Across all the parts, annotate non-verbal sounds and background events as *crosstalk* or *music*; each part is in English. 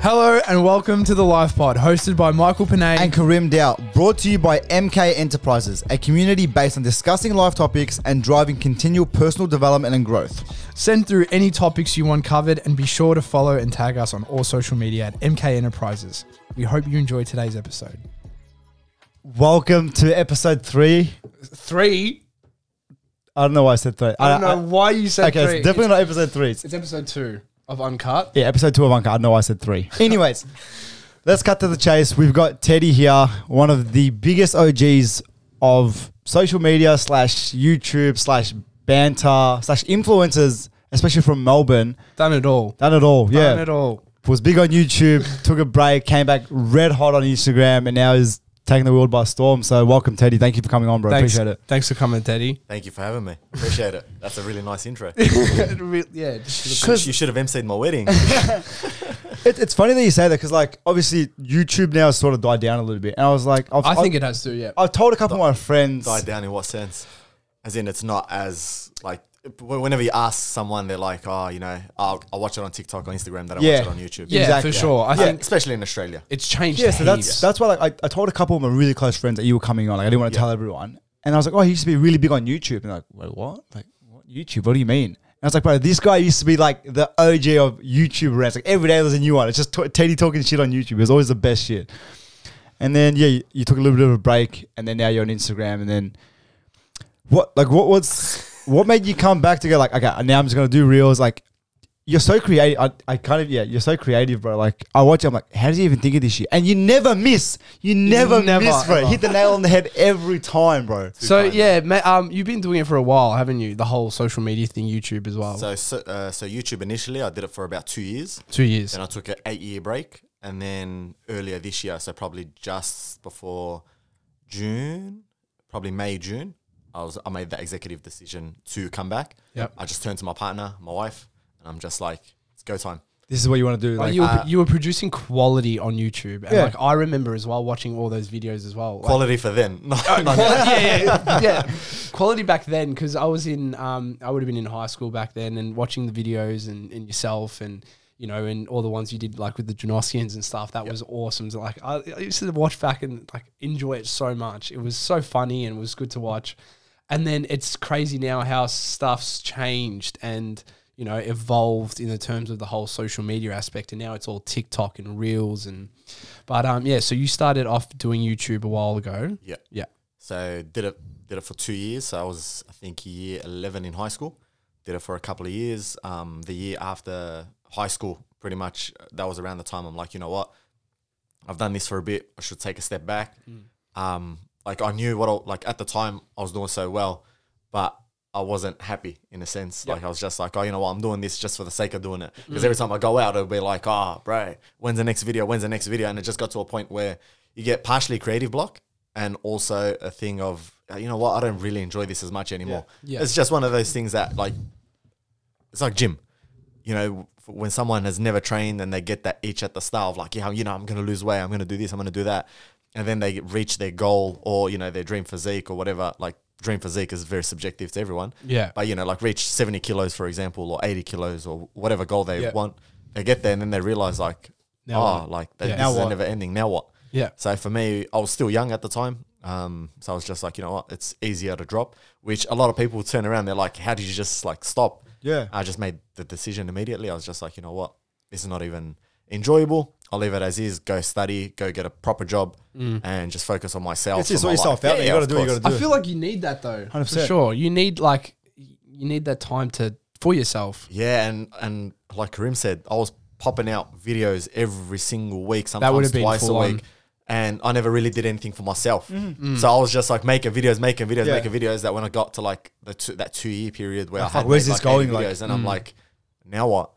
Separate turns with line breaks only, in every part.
Hello and welcome to the Life Pod, hosted by Michael Panay.
and Karim Dow, brought to you by MK Enterprises, a community based on discussing life topics and driving continual personal development and growth.
Send through any topics you want covered, and be sure to follow and tag us on all social media at MK Enterprises. We hope you enjoy today's episode.
Welcome to episode three.
Three.
I don't know why I said three.
I don't know why you said
okay,
three.
it's definitely not episode three. It's,
It's episode two of Uncut.
yeah, episode two of Uncle. I don't know why I
*laughs*
said three. Anyways, let's cut to the chase. We've got Teddy here, one of the biggest OGs of social media slash YouTube slash banter slash influencers, especially from Melbourne.
Done it all.
Done it all. Yeah.
Done it all.
was big on YouTube, took a break, came back red hot on Instagram, and now is taking the world by storm. So welcome, Teddy. Thank you for coming on, bro.
Thanks.
Appreciate it.
Thanks for coming, Teddy.
Thank you for having me. Appreciate it. That's a really nice
*laughs*
intro.
yeah. Just
you should have emceed
*laughs*
my wedding.
it. It's funny that you say that because, like, obviously YouTube now has sort of died down a little bit, and I was like, I've,
I think
I've,
it has to. Yeah.
I've told a couple of my friends.
Died down in what sense? As in, it's not as like w- whenever you ask someone, they're like, "Oh, you know, I'll, I'll watch it on TikTok or Instagram. Then I
Yeah.
watch it on YouTube."
yeah,
exactly.
for sure. I
Yeah,
think
especially in Australia.
it's changed.
Yeah, so that's
heaps.
that's why like I, I told a couple of my really close friends that you were coming on. Like I didn't want to tell everyone, and I was like, "Oh, he used to be really big on YouTube." And they're like, wait, what? Like what YouTube? What do you mean? And I was like, "Bro, this guy used to be like the OG of YouTube rants. Like every day there's a new one. It's just t- Teddy talking shit on YouTube. It was always the best shit." And then yeah, you, you took a little bit of a break, and then now you're on Instagram, and then what? Like what? What's what made you come back to go like, okay, now I'm just gonna do reels like you're so creative. I, I kind of yeah, you're so creative, bro. Like I watch, you, I'm like, how does he even think of this shit? And you never miss. You never,
never,
miss, bro.
ever.
Hit the nail on the head every time, bro.
So
kind.
yeah, ma- um, you've been doing it for a while, haven't you? The whole social media thing, YouTube as well.
So so, uh, so YouTube initially, I did it for about two years.
Two years.
Then I took an eight-year break, and then earlier this year, so probably just before June, probably May June, I was I made that executive decision to come back.
Yep.
I just turned to my partner, my wife, and I'm just like, "It's go time."
This is what you want to do.
Like
Like,
Oh, you, were, you were producing quality on YouTube, and
Yeah.
like I remember as well watching all those videos as well. Like,
Quality for them. No,
Oh,
no, no.
quality, yeah, yeah, yeah. quality back then because I was in, um, I would have been in high school back then, and watching the videos and, and yourself and you know and all the ones you did like with the Janossians and stuff. That was awesome. So, like I, I used to watch back and like enjoy it so much. It was so funny and it was good to watch. And then it's crazy now how stuff's changed and you know evolved in the terms of the whole social media aspect. And now it's all TikTok and Reels and. But um, yeah. So you started off doing YouTube a while ago.
Yeah.
Yeah.
*laughs* So did it did it for two years. So I was I think year eleven in high school. Did it for a couple of years. Um, the year after high school, pretty much uh, that was around the time I'm like, you know what, I've done this for a bit. I should take a step back.
Mm.
Um, like I knew what I, like at the time I was doing so well, but I wasn't happy in a sense. Like I was just like, oh, you know what, I'm doing this just for the sake of doing it.
Mm.
Because every time I go out, it'll be like, oh, bro, when's the next video? When's the next video? And it just got to a point where you get partially creative block and also a thing of "Uh, you know what i don't really enjoy this as much anymore
Yeah. Yeah.
it's just one of those things that like it's like gym you know f- when someone has never trained and they get that itch at the start of like yeah you know i'm gonna lose weight i'm gonna do this i'm gonna do that and then they reach their goal or you know their dream physique or whatever like dream physique is very subjective to everyone
Yeah.
but you know like reach 70 kilos for example or 80 kilos or whatever goal they
Yeah.
want they get there and then they realize like
Now
oh
what?
like that,
Yeah.
this
Now
is
what?
never ending now what
Yeah.
so for me, I was still young at the time. Um, so I was just like, you know what, it's easier to drop, which a lot of people turn around. They're like, how did you just like stop?
Yeah.
I just made the decision immediately. I was just like, you know what, this is not even enjoyable. I'll leave it as is, go study, go get a proper job and just focus on myself.
Mm. It's just
and my
sort yourself
life.
out there. You gotta
of
do what you
course.
gotta
I feel like you need that though.
100%.
For sure. You need like you need that time to for yourself.
Yeah. And, and like Karim said, I was popping out videos every single week, sometimes
would have been
twice a
full on.
week. And I never really did anything for myself. So I was just like making videos, making videos,
Yeah.
making videos that when I got to like the two, that two year period where I
fuck,
had
where's
made,
this
like, 80
going? Like,
videos and I'm like, now what?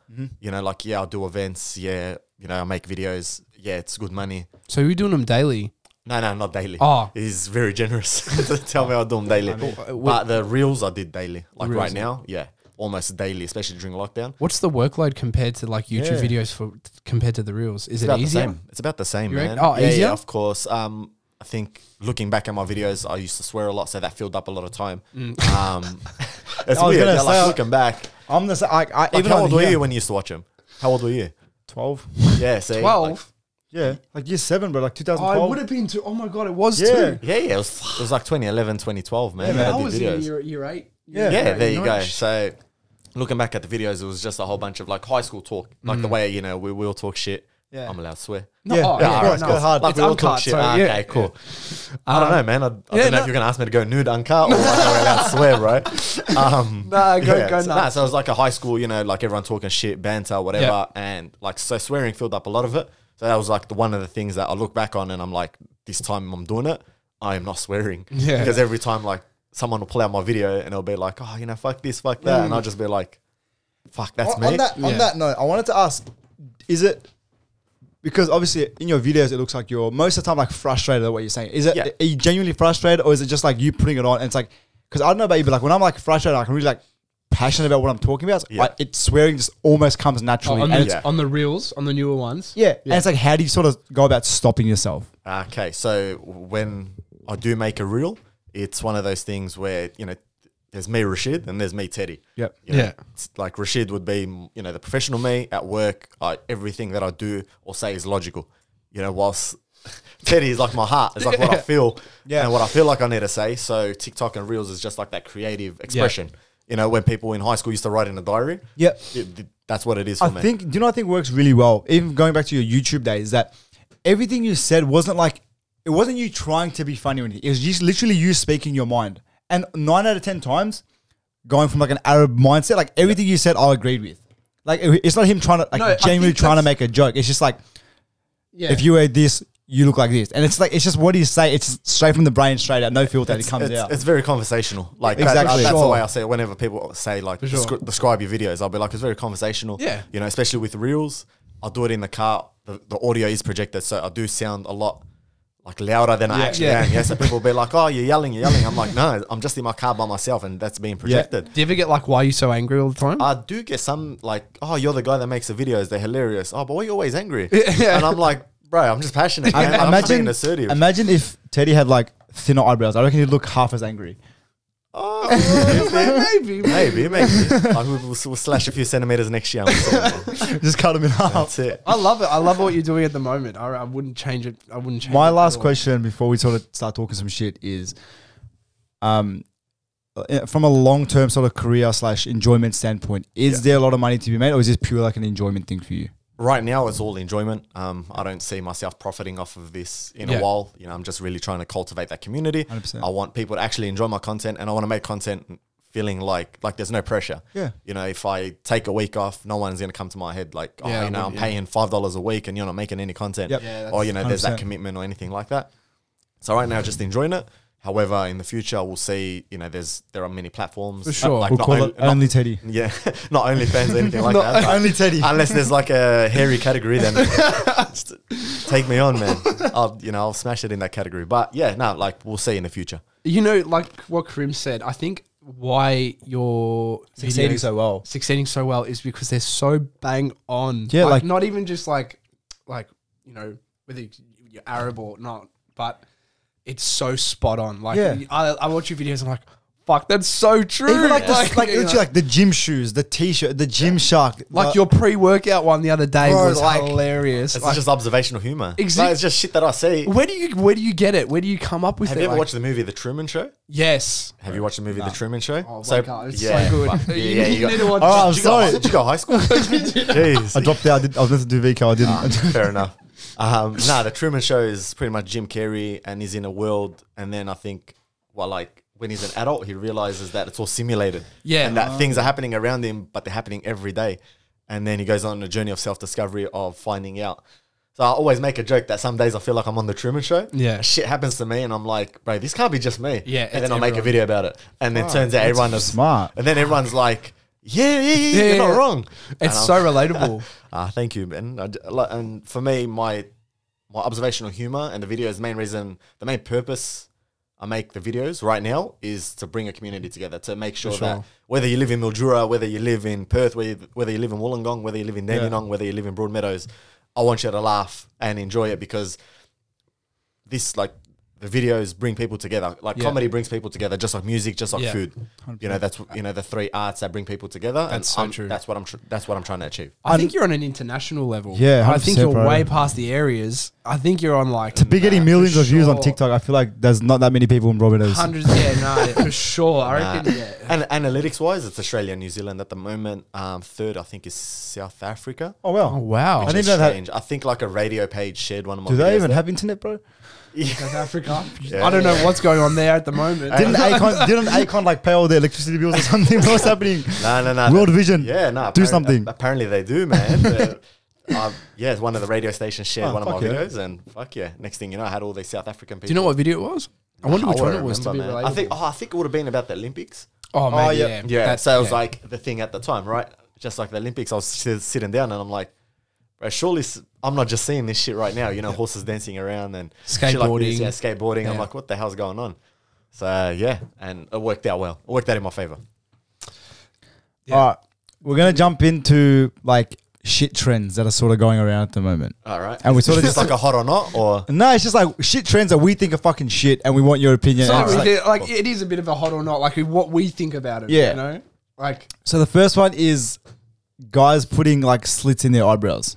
You know, like, yeah, I'll do events. Yeah. You know, I make videos. Yeah, it's good money.
So you're doing them daily.
No, no, not daily.
Oh.
He's very generous *laughs* to tell me I do them daily. but the reels I did daily. Like right now, yeah, almost daily, especially during lockdown.
What's the workload compared to like YouTube
Yeah.
videos for compared to the reels? Is
It's
it
about the
easier?
same. It's about the same,
You
man.
reckon- oh,
yeah,
easier?
yeah, of course. Um, I think looking back at my videos, I used to swear a lot, so that filled up a lot of time. Um, it's
I was
weird.
gonna
yeah, like
say-
looking back,
I'm the sa- I, I,
like
even
how
on
old were
here-
you when you used to watch them? How old were you?
12.
Yeah, see, like-
12?
Yeah, like year seven, bro, like
I
2012.
would have been two. Oh my God, it was
Yeah.
two.
yeah, yeah, it was, it was like 2011, 2012, man.
man.
I
I
did
was in
videos.
year, year eight.
Yeah.
yeah, there you go.
nice.
So, looking back at the videos, it was just a whole bunch of like high school talk, like the way you know we will talk shit.
Yeah.
I'm allowed to swear.
No,
Yeah.
oh,
Yeah,
yeah,
of course,
no.
go hard.
Like
It's
we all
uncut,
talk shit.
so
Ah,
yeah. Um,
okay, cool. I don't know, man. I, I don't know
no.
if you're gonna ask me to go nude, uncut, or like
*laughs*
I'm allowed to swear, bro. Um,
Nah, go- go
so,
nuts.
so it was like a high school, you know, like everyone talking shit, banter, whatever,
Yeah.
and like so swearing filled up a lot of it. So that was like the one of the things that I look back on, and I'm like, this time I'm doing it. I am not swearing
*laughs* Yeah.
because every time like someone will pull out my video and it'll be like, oh, you know, fuck this, fuck that,
Mm.
and I'll just be like, fuck, that's
on,
me.
on that,
Yeah.
on that note, I wanted to ask: Is it because obviously in your videos it looks like you're most of the time like frustrated at what you're saying? Is it
Yeah.
are you genuinely frustrated, or is it just like you putting it on? And it's like because I don't know about you, but like when I'm like frustrated, I can really like passionate about what I'm talking about. It's,
Yeah. Oh,
like, it swearing just almost comes naturally,
on,
and
the,
it's,
yeah.
on the reels, on the newer ones.
yeah, and it's like how do you sort of go about stopping yourself?
Okay, so when I do make a reel, it's one of those things where you know there's me Rashid and there's me Teddy.
Yep.
You know,
Yeah.
it's Like Rashid would be you know the professional me at work. I, everything that I do or say is logical. You know, whilst *laughs* Teddy is like my heart. It's like what I feel
*laughs* Yeah.
and what I feel like I need to say. So TikTok and reels is just like that creative expression. You know, when people in high school used to write in a diary.
Yep.
it- that's what it is for
I
me.
think do you know what I think works really well, even going back to your YouTube days, that everything you said wasn't like it wasn't you trying to be funny or anything. It was just literally you speaking your mind. And nine out of ten times, going from like an Arab mindset, like everything you said, I agreed with. Like it- it's not him trying to like
No, I
genuinely
think
trying to
that's-
make a joke. It's just like
Yeah.
if you wear this, you look like this, and it's like it's just what do you say? It's straight from the brain, straight out, no filter. It comes
it's,
out.
it's very conversational. Like
Exactly.
that's, that's the
Sure.
way I say it. Whenever people say like
sure.
descri- describe your videos, I'll be like it's very conversational.
Yeah.
you know, especially with reels. I do it in the car. The, the audio is projected, so I do sound a lot like louder than I
Yeah.
actually
Yeah.
am.
*laughs*
Yeah, so people will be like, "Oh, you're yelling, you're yelling." I'm like, "No, I'm just in my car by myself, and that's being projected."
Do you ever get like, why are you so angry all the time?
I do get some like, "Oh, you're the guy that makes the videos. They're hilarious." Oh, but why are you always angry?
*laughs* Yeah.
And I'm like, "Bro, I'm
*laughs*
just passionate.
I
man. *laughs* I'm just being
imagine,
assertive."
imagine if Teddy had like thinner eyebrows. I reckon he'd look half as angry.
*laughs*
*laughs*
oh,
Maybe.
Maybe, maybe. like we'll, we'll slash a few centimeters next year. and we'll sort it out.
Just cut him in half.
That's it.
I love it. I love what you're doing at the moment. I, I wouldn't change it. I wouldn't change
My *laughs*
it at
last
all.
question before we sort of start talking some shit is, um, uh, from a long term sort of career slash enjoyment standpoint, is there a lot of money to be made, or is this pure like an enjoyment thing for you?
Right now, it's all enjoyment. Um, I don't see myself profiting off of this in
Yeah.
a while. You know, I'm just really trying to cultivate that community.
100%.
I want people to actually enjoy my content, and I want to make content feeling like like there's no pressure.
Yeah.
You know, if I take a week off, no one's gonna come to my head like, oh,
Yeah, I
you know, I'm
wouldn't, yeah.
paying five dollars a week, and you're not making any content.
Yep. Yeah,
or you know, there's that
100%.
commitment or anything like that. So right now, just enjoying it. However, in the future, we'll see. You know, there's there are many platforms.
For sure.
Like
We'll
not
call
only-
it
not-
only Teddy.
*laughs* yeah, not only fans or
*laughs*
anything like
Not
that. but-
Only Teddy.
Unless there's like a hairy
*laughs*
category, then just take me on, man. I'll you know I'll smash it in that category. But yeah, no, like we'll see in the future.
You know, like what Krim said, I think why you're
Succeeding
videos-
so well.
succeeding so well is because they're so bang on.
Yeah, like-
not even just like, like you know, whether you're Arab or not, but it's so spot on. Like,
Yeah.
I, I watch your videos, and I'm like, fuck, that's so true.
Even like, the, like,
you know,
literally like the gym shoes, the t-shirt, the gym
*laughs*
shark, Uh,
like your pre-workout one the other day
Bro,
was
like-
hilarious.
It's
Like,
just observational humor.
Exa-
Like, it's just shit that I see.
where do you where do you get it? Where do you come up with
Have
it?
you ever
Like-
watched the movie The Truman Show?
Yes.
Have you watched the movie The Truman Show?
Oh, wake up. It's so good.
fuck, Yeah,
You
yeah,
need-
you
you
got-
need to watch
Oh, I'm
Did you go-
sorry.
Did you go high
*laughs*
school? Jeez.
I dropped out. I, did, I was meant to do VK. I didn't.
*laughs* Fair enough. Um, nah, the Truman Show is pretty much Jim Carrey, and he's in a world. And then I think, well, like when he's an adult, he realizes that it's all simulated.
Yeah.
and that things are happening around him, but they're happening every day. And then he goes on a journey of self discovery of finding out. So I always make a joke that some days I feel like I'm on the Truman Show.
Yeah.
shit happens to me, and I'm like, bro, this can't be just me.
Yeah,
and
it's
then I make a
everyone.
video about it, and it turns out everyone is
*laughs* smart.
and then everyone's like. Yeah, yeah, yeah,
Yeah,
you're
yeah.
not wrong. And
It's
I'm-
so
*laughs*
relatable.
Ah, thank you, Ben. I d- li- and for me, my my observational humor and the video's main reason, the main purpose I make the videos right now is to bring a community together to make sure, that
sure.
whether you live in Mildura, whether you live in Perth, whether you, whether you live in Wollongong, whether you live in Dandenong, whether you live in Broadmeadows, I want you to laugh and enjoy it because this like the videos bring people together. Like
Yeah.
comedy brings people together, just like music, just like
Yeah.
food. You know, that's you know the three arts that bring people together. and
That's so
I'm-
true.
That's what I'm. Tr- that's what I'm trying to achieve.
I think you're on an international level.
Yeah,
I think
100%,
you're
bro.
way past the areas. I think you're on like
To be getting
Nah,
millions
for
of views on
sure.
TikTok, I feel like there's not that many people in Robin Hood.
Hundreds, yeah, no, for sure. I reckon, yeah.
And analytics wise, it's Australia, and New Zealand at the moment. Um, third, I think, is South Africa.
Oh well.
Oh wow,
I
I
didn't
think
know that-
I think like a radio page shared one of my.
Do
videos
they even
there.
have internet, bro?
South Africa.
Yeah.
I don't know what's going on there at the moment.
Didn't Acon didn't Acon like pay all their electricity bills or something? *laughs* What's happening?
No, no, no.
World
That-
Vision.
Yeah, no.
Do
apparent-
something.
a- Apparently they do,
*laughs*
man. Uh, um, yeah, one of the radio stations shared
Oh,
one of my
fuck yeah.
videos, and fuck yeah. Next thing you know, I had all these South African people.
Do you know what video it was? I
*laughs*
wonder which one
wouldn't
it was to be
remember, man.
related.
I think. Oh, I think it would have been about the Olympics.
Oh, maybe, yeah,
yeah.
Yeah.
That-
so it was
yeah.
like the thing at the time, right? Just like the Olympics, I was si- sitting down and I'm like, bro, surely s- I'm not just seeing this shit right now. You know, horses dancing around and shit like this,
Skateboarding.
yeah, skateboarding. I'm
Yeah.
like, what the hell's going on? So yeah, and it worked out well. It worked out in my favor.
Yeah.
All right, we're gonna jump into like shit trends that are sort of going around at the moment.
All right.
And we
Is
sort of
this
just-
like a hot or not or
No, it's just like shit trends that we think are fucking shit, and we want your opinion.
So
And it's
we
like-
did- like, it is a bit of a hot or not, like what we think about it.
Yeah.
you know, like
so the first one is guys putting like slits in their eyebrows.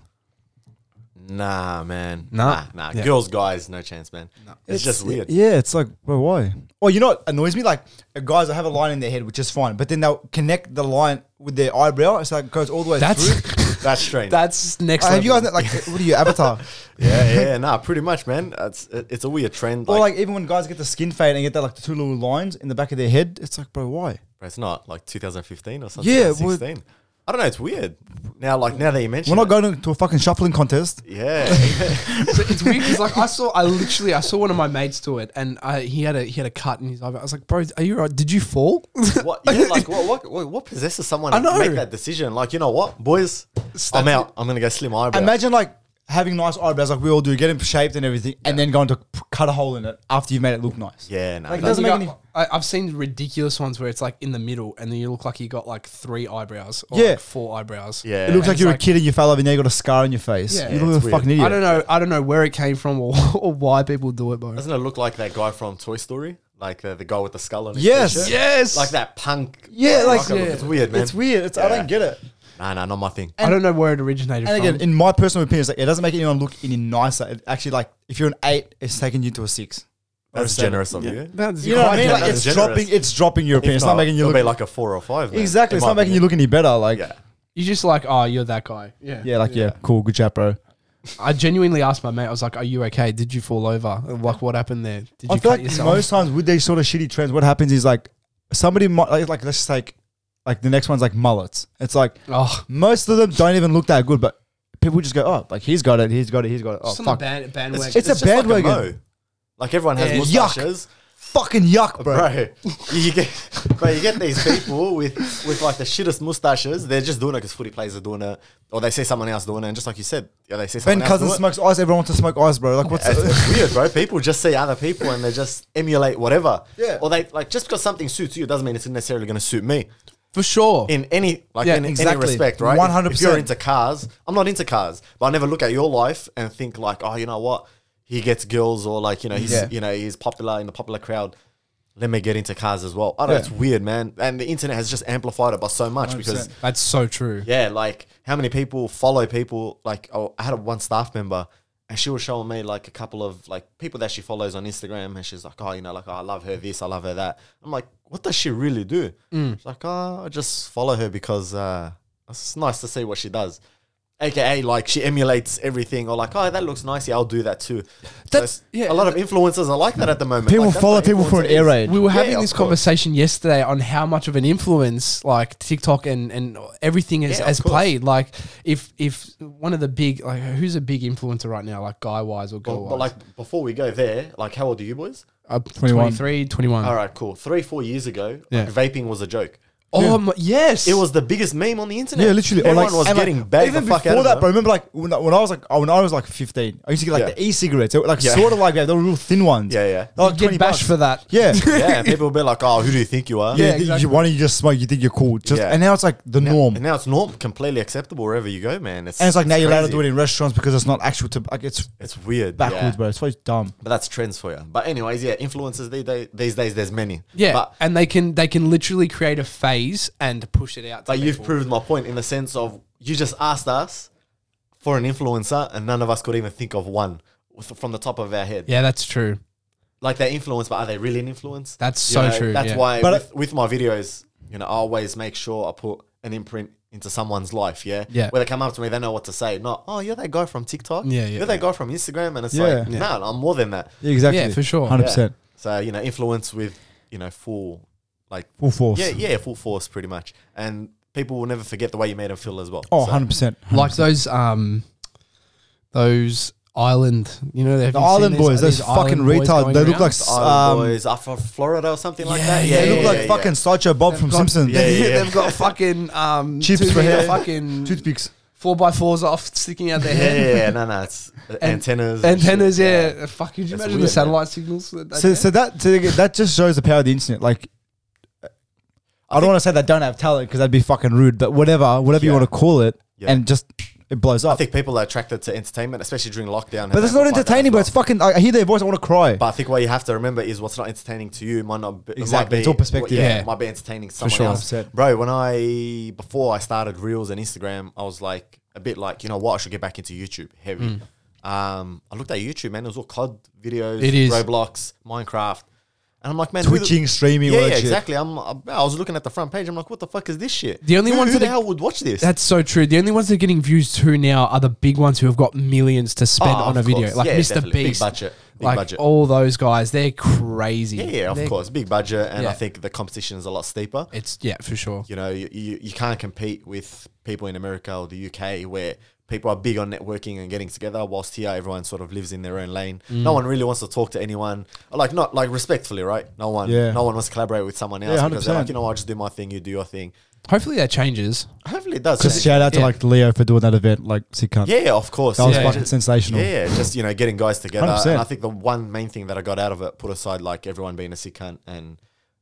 nah, man.
Nah.
Nah, nah.
Yeah.
Girls, guys, no chance, man. It's, just weird.
Yeah, it's like, bro, why? Well, you know what annoys me? Like, uh, guys, I have a line in their head, which is fine, but then they'll connect the line with their eyebrow, so it goes all the
*laughs*
way through.
That's strange.
that's next.
Uh, have you guys
level.
like what are you avatar?
yeah, yeah, nah, pretty much, man. It's it- it's a weird trend.
or
Like,
like even when guys get the skin fade and get that like the two little lines in the back of their head, it's like, bro, why?
bro, it's not like 2015 or something.
Yeah,
Yeah,
well-
2016. I don't know. It's weird. Now, like now that you mention,
We're not
it,
going to a fucking shuffling contest.
Yeah, *laughs*
So it's weird because like I saw, I literally I saw one of my mates do it, and I, he had a he had a cut in his eyebrow. I was like, bro, are you right? Did you fall? *laughs*
what?
*laughs*
Yeah, like what, what? What? What possesses someone
I
to make
know.
that decision? Like, you know what, boys? I'm out. I'm gonna go slim eyebrow.
Imagine like having nice eyebrows like we all do, get them shaped and everything, and then going to p- cut a hole in it after you've made it look nice.
yeah, no.
Like,
that's-
doesn't
You
make
got- I, I've seen ridiculous ones where it's like in the middle, and then you look like you got like three eyebrows or
Yeah.
like four eyebrows.
yeah,
It looks like
It's
you're a
like-
kid and you fell over and now you got a scar on your face.
Yeah.
you
Yeah,
look like a
it's weird.
fucking idiot.
I don't know. I don't know where it came from or, *laughs* or why people do it, bro.
doesn't it look like that guy from Toy Story? Like uh, the guy with the skull on his
Yes.
t-shirt?
*laughs* Yes.
like that punk.
yeah, like
rocker look.
yeah.
it's weird, man.
It's weird. It's, I
Yeah. Um,
don't get it.
Nah, nah, not my thing.
I don't know where it originated
And
from.
again, in my personal opinion, it's like, it doesn't make anyone look any nicer. It actually, like if you're an eight, it's taking you to a six. Or a
That's
seven.
generous of you.
That's-
You know what I mean?
Yeah,
Like
that's
it's
generous.
dropping. It's dropping your opinion.
If
It's not making you
it'll
look
be like a four or five. man,
exactly.
in
It's
my
not making you
opinion.
look any better. Like yeah,
Yeah.
you just like, oh, you're that guy. Yeah.
like yeah. cool, good chat, bro.
I genuinely asked my mate. I was like, "Are you okay? Did you fall over? Like, what happened there? Did
I
you
feel
cut
like
yourself?"
most times with these sort of shitty trends, what happens is like somebody might like, like let's just like like the next one's like mullets. It's like
oh,
most of them don't even look that good, but people just go, oh, like he's got it, he's got it, he's got it. Oh
just on the
fuck,
band- bandwagon.
It's a
just like
bandwagon.
mo. Like everyone has
Yeah.
mustaches.
fucking yuck, bro.
Bro, *laughs* you get, bro, you get these people with, with like the shittest mustaches. They're just doing it because footy players are doing it, or they see someone else doing it. And just like you said, yeah, they see someone
Ben
else
Cousins
doing
smokes ice. Everyone wants to smoke ice, bro. Like what's
it. It's, it's weird, bro. People just see other people and they just emulate whatever.
Yeah.
Or they like just because something suits you doesn't mean it's necessarily going to suit me
for sure.
in any like
Yeah,
in
exactly.
any respect, right? If- If
100%.
you're into cars, I'm not into cars, but I never look at your life and think like, oh, you know what, he gets girls or like you know he's
Yeah.
you know he's popular in the popular crowd. Let me get into cars as well. I don't know.
Yeah.
It's weird, man. And the internet has just amplified it by so much because
100%.
That's so true.
yeah, like how many people follow people? Like oh, I had a one staff member, and she was showing me like a couple of like people that she follows on Instagram, and she's like, oh, you know, like oh, I love her this, I love her that. I'm like, what does she really do?
Mm.
She's like, oh, I just follow her because uh, it's nice to see what she does. AKA, like she emulates everything, or like, oh, that looks nice, yeah, I'll do that too. So
That's-
it's-
yeah.
A lot of influencers are like that at the moment.
people
Like, that's
follow
what
people for an eh?
influencer
air
is.
raid.
We were
Yeah,
having
of
this
course.
conversation yesterday on how much of an influence like TikTok and, and everything has,
Yeah, of
has
course.
played. Like if if one of the big like who's a big influencer right now, like guy wise or girl
But,
wise,
but like before we go there, like how old are you boys?
uh,
21.
23, 21.
All right, cool. Three, four years ago,
Yeah.
like, vaping was a joke.
Oh my, yes,
It was the biggest meme on the internet.
Yeah, literally. or
Everyone
like-
was
and like,
getting bagged
Even
the fuck
before
out
that,
of
bro.
it.
Remember, like when, when I was like, oh, when I was like 15, I used to get like
Yeah.
the e-cigarettes, they were, like
Yeah.
sort of like that. They were real thin ones.
Yeah, yeah.
They were,
you
Like
get
20
bashed
bucks.
for that.
Yeah.
*laughs*
yeah.
yeah, people would be like, "Oh, who do you think you are?"
Yeah,
you-
exactly.
you, why don't you just smoke? You think you're cool. Just,
Yeah.
And now it's like the norm.
And now it's norm, completely acceptable wherever you go, man.
and it's like now you're allowed to
crazy.
do it in restaurants because it's not actual to like it's
It's weird, yeah.
backwards, bro. It's so dumb.
But that's trends for you. But anyways, yeah, influencers they, they, these days there's many.
Yeah,
but
and they can they can literally create a phase and push it out. To
but you've
people.
proved my point in the sense of you just asked us for an influencer, and none of us could even think of one with- from the top of our head.
yeah, that's true.
Like they're influenced, but are they really an influence?
That's
You
so
know,
true.
That's
yeah.
why
But
with, with my videos, you know, I always make sure I put an imprint into someone's life. Yeah.
Yeah.
Where they come up to me, they know what to say. Not, oh, you're that guy from TikTok.
Yeah, yeah,
You're that guy from Instagram. And it's
Yeah.
like,
Yeah.
no, no, I'm more than that.
Yeah, exactly.
Yeah, for sure.
Hundred
Yeah.
percent.
So, you know, influence with, you know, full, like,
Full force.
yeah, yeah, full force pretty much. And people will never forget the way you made them feel as well.
Oh,
So,
100 percent.
like those um those island you know
The island boys, those fucking retards. They look like
the
s-
Island
um,
Boys, are from Florida or something like
Yeah,
that.
yeah,
they
yeah,
look like fucking Sideshow Bob from
got-
Simpsons. *laughs*
Yeah, yeah,
*laughs*
yeah.
they've got fucking um
Chips
two
for
meter
hair.
fucking
Toothpicks.
four by fours off sticking out their
Yeah,
head
yeah, yeah, no, no, it's antennas. and shit,
antennas yeah. fuck could you
That's
imagine the
weird,
satellite signals that they
So,
get?
so that so that just shows the power of the internet. Like, I, don't want to say that don't have talent because that'd be fucking rude. But whatever, whatever you
Yeah.
want to call it,
Yeah.
and just it blows
I
up.
think people are attracted to entertainment, especially during lockdown.
But it's not entertaining. But it's fucking. I hear their voice. I want to cry.
But I think what you have to remember is what's not entertaining to you might not be, it
Exactly,
Might be,
it's all perspective.
Yeah,
Yeah.
it might be entertaining to someone
sure.
else.
100%.
Bro, when I before I started reels and Instagram, I was like a bit like you know what I should get back into YouTube heavy.
Hmm.
Um, I looked at YouTube, man. It was all COD videos,
It is.
Roblox, Minecraft, and I'm like, man, who the-
Twitching, streaming,
Yeah,
all that
yeah,
shit.
exactly. I'm. I I was looking at the front page. I'm like, what the fuck is this shit?
The only
who,
ones
who
that
the
are-
hell would watch this?
That's so true. The only ones that are getting views to now are the big ones who have got millions to spend
Oh,
on a
of
video,
course.
like
Yeah,
Mr.
definitely. Big
Beast,
budget. Big
like
budget.
all those guys. They're crazy.
yeah, yeah, of
They're-
course, big budget, and
Yeah.
I think the competition is a lot steeper.
It's yeah, for sure.
You know, you, you, you can't compete with people in America or the UK where people are big on networking and getting together, whilst here everyone sort of lives in their own lane. No
Mm.
one really wants to talk to anyone, like not like respectfully, right? No one,
Yeah.
no one wants to collaborate with someone else because they're
100%.
like, you know, what, I just do my thing, you do your thing.
Hopefully that changes.
Hopefully it does.
Just
yeah,
shout out to
Yeah.
like Leo for doing that event. Like, sick cunt.
yeah, of course.
That was
yeah.
fucking sensational.
Yeah, just you know, getting guys together.
100%.
And I think the one main thing that I got out of it, put aside like everyone being a sick cunt and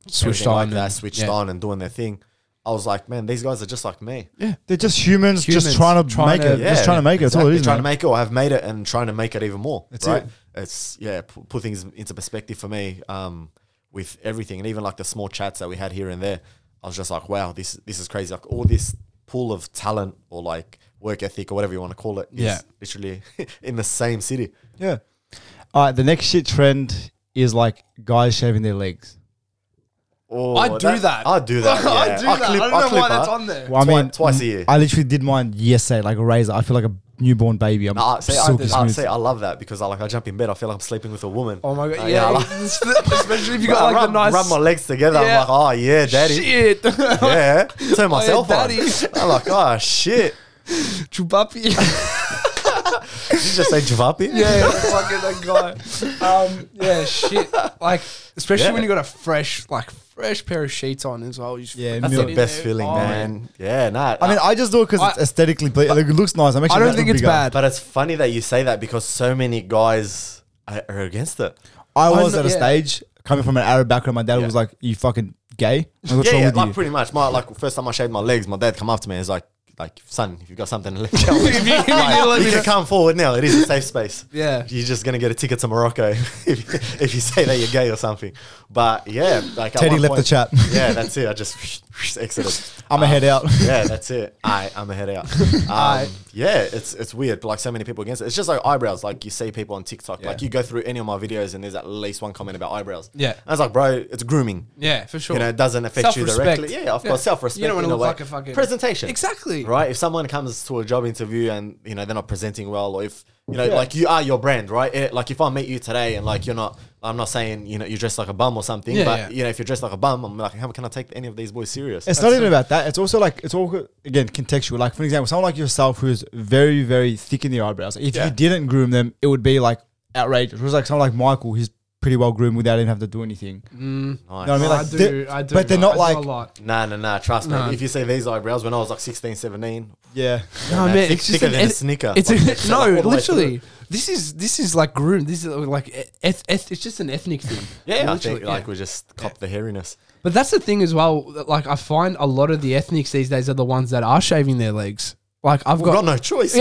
Switched
everything like
on
that,
and-
switched
yeah.
on and doing their thing. I was like, man, these guys are just like me.
They're just humans,
Humans
just trying to
trying
make
to-
it. Just trying to make it. That's all it
exactly.
is.
Trying
man.
to make it, or have made it, and trying to make it even more.
That's
right?
it.
It's yeah, put, put things into perspective for me. Um, with everything, and even like the small chats that we had here and there, I was just like, wow, this this is crazy. Like all this pool of talent or like work ethic or whatever you want to call it is
Yeah.
literally *laughs* in the same city.
Yeah. All right. The next shit trend is like guys shaving their legs.
Oh,
I do that.
I do that. yeah. clip- clip her.
there.
Well, I
Twi-
mean,
twice a year.
I literally did mine yesterday, like a razor. I feel like a newborn baby. I'm
No, I, see, I,
silky
I,
smooth.
see, I love that because I like I jump in bed. I feel like I'm sleeping with a woman.
Oh my
Uh,
god!
I
Yeah,
like-
especially if you *laughs*
I
got like
rub,
the nice
rub my legs together.
Yeah.
I'm like, oh yeah,
*laughs*
daddy.
shit,
*laughs*
Oh,
Yeah, turn myself
daddy.
on. *laughs* I'm like, oh shit.
Chupapi.
Did you just say Javapi?
*laughs* yeah, fucking that guy. Um, yeah, shit. Like, especially
Yeah.
when you got a fresh, like, fresh pair of sheets on as well. You just
Yeah,
fucking
*laughs* That's
sit
milk.
the
in
best
there.
feeling,
Oh,
man. Yeah, nah.
I mean, I just do it because
I-
it's aesthetically, ple- it looks nice. I,
I don't think it's bad.
but it's funny that you say that because so many guys are, are against it.
I was
know-
at a
yeah.
stage coming from an Arab background. My dad
Yeah.
was like, "You fucking gay? Like, What's
yeah,
wrong
yeah,
with
like
you?"
pretty much. My like first time I shaved my legs, my dad come up to me and he's like, like son, if you've got something, let
*laughs*
tell me.
If you- if you
Like,
need to let
you
me
can
know.
come forward now. It is a safe space.
Yeah.
you're just gonna get a ticket to Morocco *laughs* if, you- if you say that you're gay or something. But yeah, like at
Teddy
one
left the
point-
chat.
*laughs* Yeah, that's it. I just *laughs* exited.
I'm a head
*laughs*
out.
yeah, that's it. I I'm a
*laughs*
head out. Um, yeah, it's it's weird. But like so many people against it. It's just like eyebrows. Like you see people on TikTok. Like you go through any of my videos and there's at least one comment about eyebrows.
Yeah.
and I was like, bro, it's grooming.
Yeah, for sure.
You know, it doesn't affect you
Self-respect.
directly. Yeah, of
Yeah.
course, self-respect.
You don't wanna
in a
look
way.
like a fucking-
presentation.
Exactly.
Right. If someone comes to a job interview and you know they're not presenting well, or if you know, like you are your brand, right? Eh, like if I meet you today and like you're not, I'm not saying you know you're dressed like a bum or something,
Yeah,
but
yeah.
you know if you're dressed like a bum, I'm like, how can I take any of these boys serious?
It's not even about that. It's also like it's all again contextual. Like for example, someone like yourself who's very, very thick in the eyebrows. If
Yeah.
you didn't groom them, it would be like outrageous. It was like someone like Michael, he's pretty well groomed without even having to do anything.
Nice.
You know what I mean?
I
Like,
do,
they're-
I do.
but they're
I
not
do
like-
a lot.
Nah, nah, nah. Trust
Nah.
me. If you see these eyebrows when I was like 16, 17,
Yeah.
No,
man,
man,
thick-
it's just
thicker
an
than a
eth-
snicker.
It's
Like,
a,
shut up all
no,
the way
literally. This is this is like groomed. This is like e-, eth- eth- it's just an ethnic thing.
*laughs* yeah, I
Literally,
think like we just cop the hairiness.
But that's the thing as well. that, Like I find a lot of the ethnics these days are the ones that are shaving their legs. Like I've
We've
got,
got no choice. *laughs*
*laughs*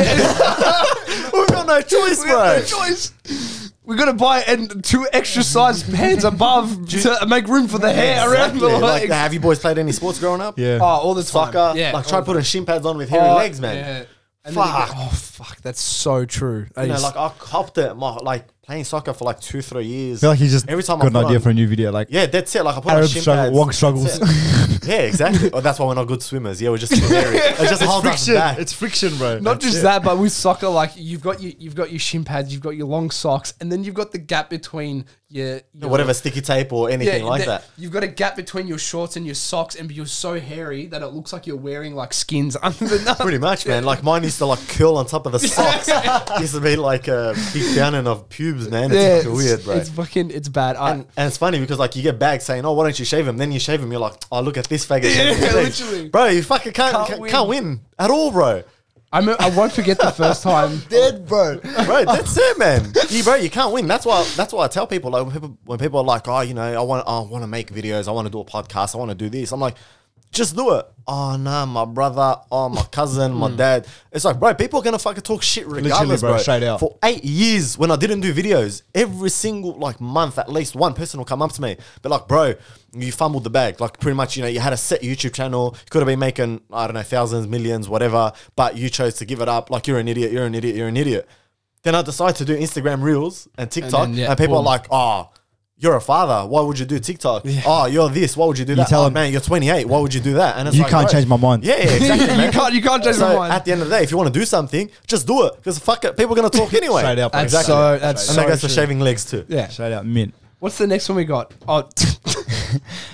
We've got no choice,
we got
bro.
no choice. We got to buy and two extra size pants *laughs* above to make room for the hair around the
Exactly. Like,
legs.
have you boys played any sports growing up?
Yeah.
Oh, all the time.
Soccer.
Yeah.
Like try
all the
putting shin pads on with hairy
Oh,
legs, man.
yeah. And then you
Fuck.
go, oh fuck, that's so true. That
You know,
is-
like I copped it, my, like playing soccer for like two, three years.
I feel like you just
every time I
got an
put
idea
on-
for a new video. Like,
yeah, that's it. Like I put
Arab
on shin
struggle,
pads.
Wong struggles.
That's it. *laughs* yeah, exactly. Oh, that's why we're not good swimmers. Yeah,
*laughs*
we're just hairy. It just holds us back.
friction, bro.
not just that, but with soccer, like you've got your you've got your shin pads, you've got your long socks, and then you've got the gap between your, your
whatever sticky tape or anything like
the-
that.
You've got a gap between your shorts and your socks, and you're so hairy that it looks like you're wearing like skins *laughs* under the nut.
Pretty much, man. Like mine used to like curl
*laughs*
on top of the socks. used to be like a big fountain of pubes, man. It's
Yeah,
fucking weird, bro.
It's fucking it's bad. I,
and, and it's funny because like you get bags saying, "Oh, why don't you shave him?" Then you shave him, you're like, "Oh, look at this
*laughs*
faggot."
Yeah,
shaving his legs."
literally.
bro. You fucking can't
Can't
can't,
win.
can't win at all, bro.
I, me- I won't forget the first *laughs* time.
dead, bro.
*laughs* bro, that's it, man. You, bro, you can't win. That's why. That's why I tell people like when people when people are like, oh, you know, I want, I want to make videos, I want to do a podcast, I want to do this. I'm like, just do it. Oh no, my brother, oh my cousin, my dad. It's like, bro, people are gonna fucking talk shit regardless,
Hmm. bro,
bro.
straight out.
For eight years, when I didn't do videos, every single like month, at least one person will come up to me, but like, bro. You fumbled the bag, like pretty much. You know, you had a set YouTube channel, could have been making I don't know thousands, millions, whatever, but you chose to give it up. Like you're an idiot, you're an idiot, you're an idiot. Then I decide to do Instagram Reels and TikTok, and,
then, yeah, boom.
people are like, "Oh, you're a father. Why would you do TikTok? Oh, you're this. Why would you do that?
tell
oh,
them-
man, you're 28. Why would you do that?" And it's
You
like,
can't
bro,
change my mind. *laughs*
Yeah, yeah, exactly.
you
man.
can't you can't change my
So
mind.
at the end of the day, if you want to do something, just do it because fuck it, people are gonna talk anyway.
*laughs* Straight up, bro.
That's
exactly.
so that's
and
so
that goes
true.
for shaving legs too.
Yeah.
Straight out mint.
What's the next one we got?
*laughs*
Oh,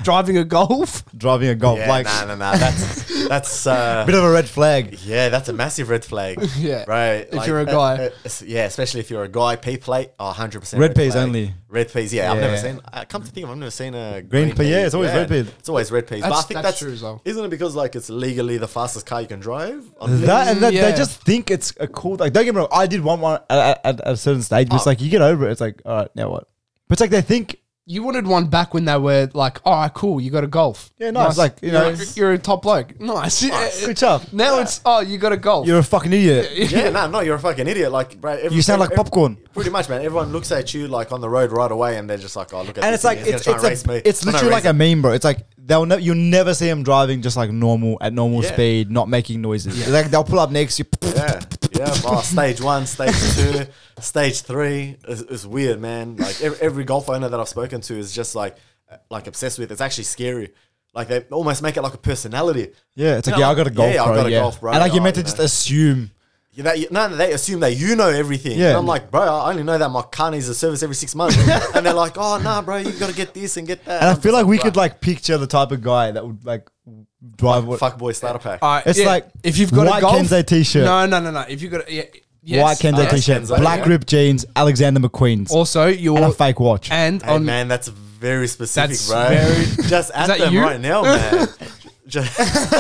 driving a golf.
Driving a golf,
yeah
like
nah, nah,
*laughs*
nah. That's that's. Uh,
bit of a red flag.
yeah, that's a massive red flag.
*laughs* Yeah.
Right. uh,
If you're a guy.
yeah, especially if you're a guy. P plate, oh, 100%.
Red peas
flag.
only.
Red peas, yeah. I've never
Yeah.
seen, I come to think of it, I've never seen a green,
pea, yeah, it's always red peas.
It's always red peas. but I
That's-
think
that's
that's,
true as well.
Isn't it because like it's legally the fastest car you can drive? On
That and that,
Yeah.
they just think it's a cool. Like, don't get me wrong. I did one one at, at, at a certain stage, but it's
Oh.
like you get over it. It's like, all right, now what? But it's like they think,
You wanted one back when they were like, all right, cool, you got a golf.
Yeah, nice, like, you know,
You're- you're, a top bloke. Nice.
good job.
Now it's oh, you got a golf.
You're a fucking
*laughs*
idiot. *laughs*
yeah, no, no, you're a fucking idiot. Like, bro, every-
You sound like
every-
popcorn.
Pretty much, man. Everyone looks at you like on the road right away, and they're just like, "Oh, look at
And
this
it's like
idiot, he's
it's,
gonna
it's,
try and
a,
race me."
it's
I'm gonna
literally like
race
a meme, bro. It's like they'll ne- you'll never see him driving just like normal at normal
Yeah.
speed, not making noises. Like they'll pull up next, you
Yeah, yeah. Oh, stage one, stage two, stage three is, is weird, man. Like every, every golf owner that I've spoken to is just like, uh, like obsessed with. It's actually scary. Like they almost make it like a personality.
yeah. It's
You
like
know,
yeah, I got a golf,
yeah,
bro.
I got a
yeah.
golf, bro.
And like you're
Oh,
meant to
you
just
know.
assume.
You- That, you- no, they assume that you know everything.
Yeah.
And I'm like, bro, I only know that my car needs a service every six *laughs* months. and they're like, oh nah, bro, you got to get this and get that.
And I
I'm
feel
just
like we
"Bruh,
could like picture the type of guy that would like drive what
fuck boy starter pack.
All right,
It's like
if you've got
white
a golf,
Kenzo t-shirt.
No, no, no, no. If you've got a, yeah, yes,
white Kenzo
yes.
t-shirt,
Kenzo,
black
yeah.
ripped jeans, Alexander McQueen's,
Also, you're
and a fake watch.
and
Hey
on
man, that's very specific,
That's
bro.
very-
*laughs* just at
that
them
you?
right now, man.
*laughs*
just,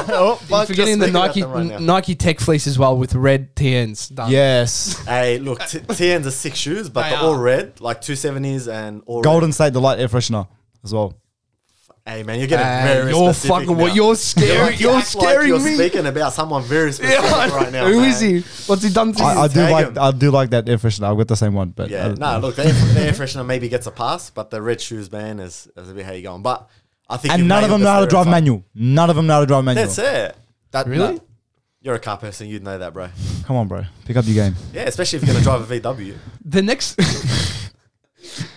oh,
you're
fuck,
forgetting the
just thinking about
Nike
them right now.
Nike Tech fleece as well with red TNs. Done.
yes,
Hey, look,
*laughs*
t- TNs are six shoes, but
They
they're all
are.
red, like 270s and all
Golden State the light air freshener as well.
Red. Hey, man, you're getting
Hey,
very
Uh, you're
specific
fucking
now.
what you're
You're-
scaring.
*laughs* you
you're
act like
scaring
you're
me.
speaking about someone
*laughs*
very specific
Yeah.
right now.
Who
man.
is he? What's he done to
I, I
you?
do
Tag
like
him.
I do like that air freshener. I've got the same one, but uh,
Yeah,
I-
no, look, the air, the air freshener maybe gets a pass, but the red shoes, man, is, is a bit how you going. But I think
And
you've
none of
nailed
them
the
know how to drive
stereotype.
manual. None of them know how to drive manual.
That's it. That,
Really?
no. you're a car person, you'd know that, bro.
Come on, bro, pick up your game.
Yeah, especially if you're gonna drive a VW.
The next. *laughs*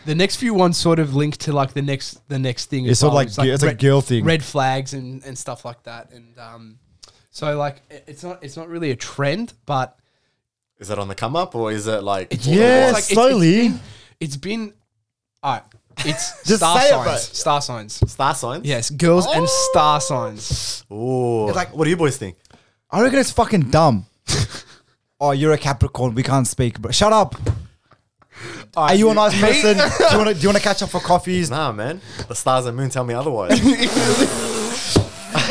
The next few ones sort of link to like the next the next thing.
It's
as
sort of
well.
like, ge- it's a
red-
girl thing.
red flags and, and stuff like that. And um, so like it- it's not it's not really a trend, but
Is it on the come up or is it like
It's-
yeah,
It's like- it's-
slowly.
it's been all right. It's
*laughs* Just
star
say it,
signs.
bro.
star signs.
star signs?
Yes, girls and star signs.
Ooh.
like-
what do you boys think?
I reckon it's *laughs* fucking dumb. oh, you're a Capricorn. We can't speak, bro. Shut up. Are you a nice person? do you want to do you want to catch up for coffees?
Nah, man. The stars and moon tell
*laughs*
me otherwise. *laughs*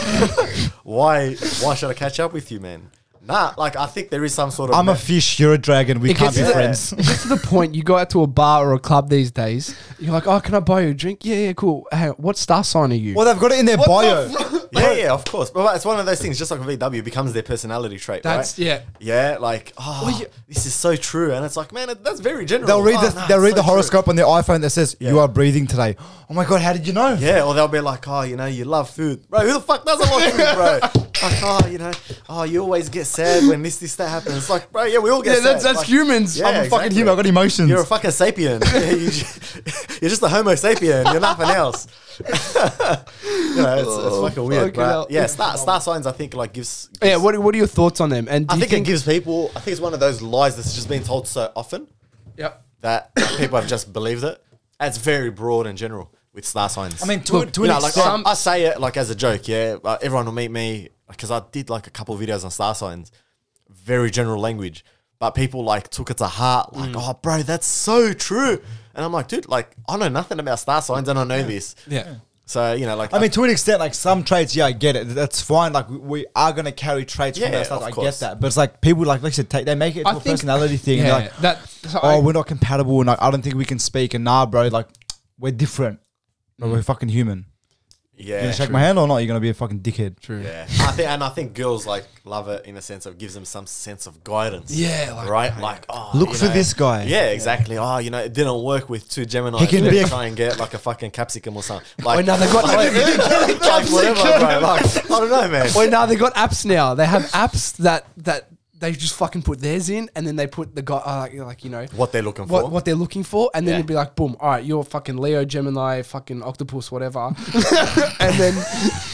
why? Why should I catch up with you, man? Nah, like I think there is some sort of.
I'm a
me-
fish. You're a dragon. We
It
can't
gets,
be
to the, *laughs*
friends.
it gets to the point you go out to a bar or a club these days. You're like, oh, can I buy you a drink? Yeah, yeah, cool. Hey, what star sign are you?
Well, they've got it in their bio. *laughs*
yeah, yeah, of course. But it's one of those things. Just like a VW it becomes their personality trait.
That's-
right?
yeah.
yeah. Like, oh, this is so true, and it's like, man, it- that's very general.
They'll read
Oh,
the
nah,
they'll
it's
read
so
the
true.
horoscope on their iPhone that says you are breathing today. Oh my god, how did you know?
Yeah, or they'll be like, oh, you know, you love food. Bro, who the fuck doesn't love food, bro?
*laughs*
like, oh, you know, oh, you always get sad when this, this, that happens. It's like, bro, yeah, we all get
Yeah,
sad.
that's- that's
Like,
humans.
yeah,
I'm a
I'm a fucking
exactly.
human. I got emotions.
You're a
*laughs*
fucking sapien. *laughs* Yeah, you ju- *laughs* You're just a homo sapien. You're nothing else. *laughs* you know, it's, it's fucking weird.
Oh, fucking hell.
But yeah, star, star signs, I think, like, gives. gives
yeah, what, are- what are your thoughts on them? And do
I
you
think, it gives people, I think it's one of those lies that's just been told so often
Yep.
that people have just believed it. That's very broad and general with star signs.
I mean, to,
Look,
to
You
an
know, like
extent,
I, I say it like as a joke, yeah. Uh, everyone will meet me because I did like a couple of videos on star signs, very general language, but people like took it to heart,
Mm.
like, oh, bro, that's so true. And I'm like, dude, like I know nothing about star signs and I know this.
Yeah.
So you know, like
I mean, to an extent, like some traits, yeah, I get it. That's fine. Like we- we are gonna carry traits from
Yeah,
that stuff.
of
I get
course.
that, but it's like people, like like I said, take, they make it
I
to a
think-
personality thing. and
yeah,
they're like,
that- so
oh,
I-
we're not compatible, and like, I don't think we can speak. And nah, bro, like we're different, but
Mm.
we're fucking human. You
yeah,
gonna shake my hand or not? You're gonna be a fucking dickhead.
True.
yeah. I think, and I think girls like love it in a sense of gives them some sense of guidance.
Yeah, like-
right. Like, oh,
Look
you
for
know,
this guy.
Yeah, exactly. Oh, you know, it didn't work with two Gemini.
He can
Let's
be a-
try and get like a fucking capsicum or something. Like,
Oh, no, they got-
*laughs*
like, *laughs* like, whatever, bro. Like, I don't know, man.
Well, now they got apps now. They have apps that that they just fucking put theirs in, and then they put the guy uh, like, like you know
What they're looking for.
what, what they're looking for, and then
Yeah.
it'd be like, boom, all right, you're fucking Leo, Gemini, fucking octopus,
*laughs*
whatever, and then *laughs*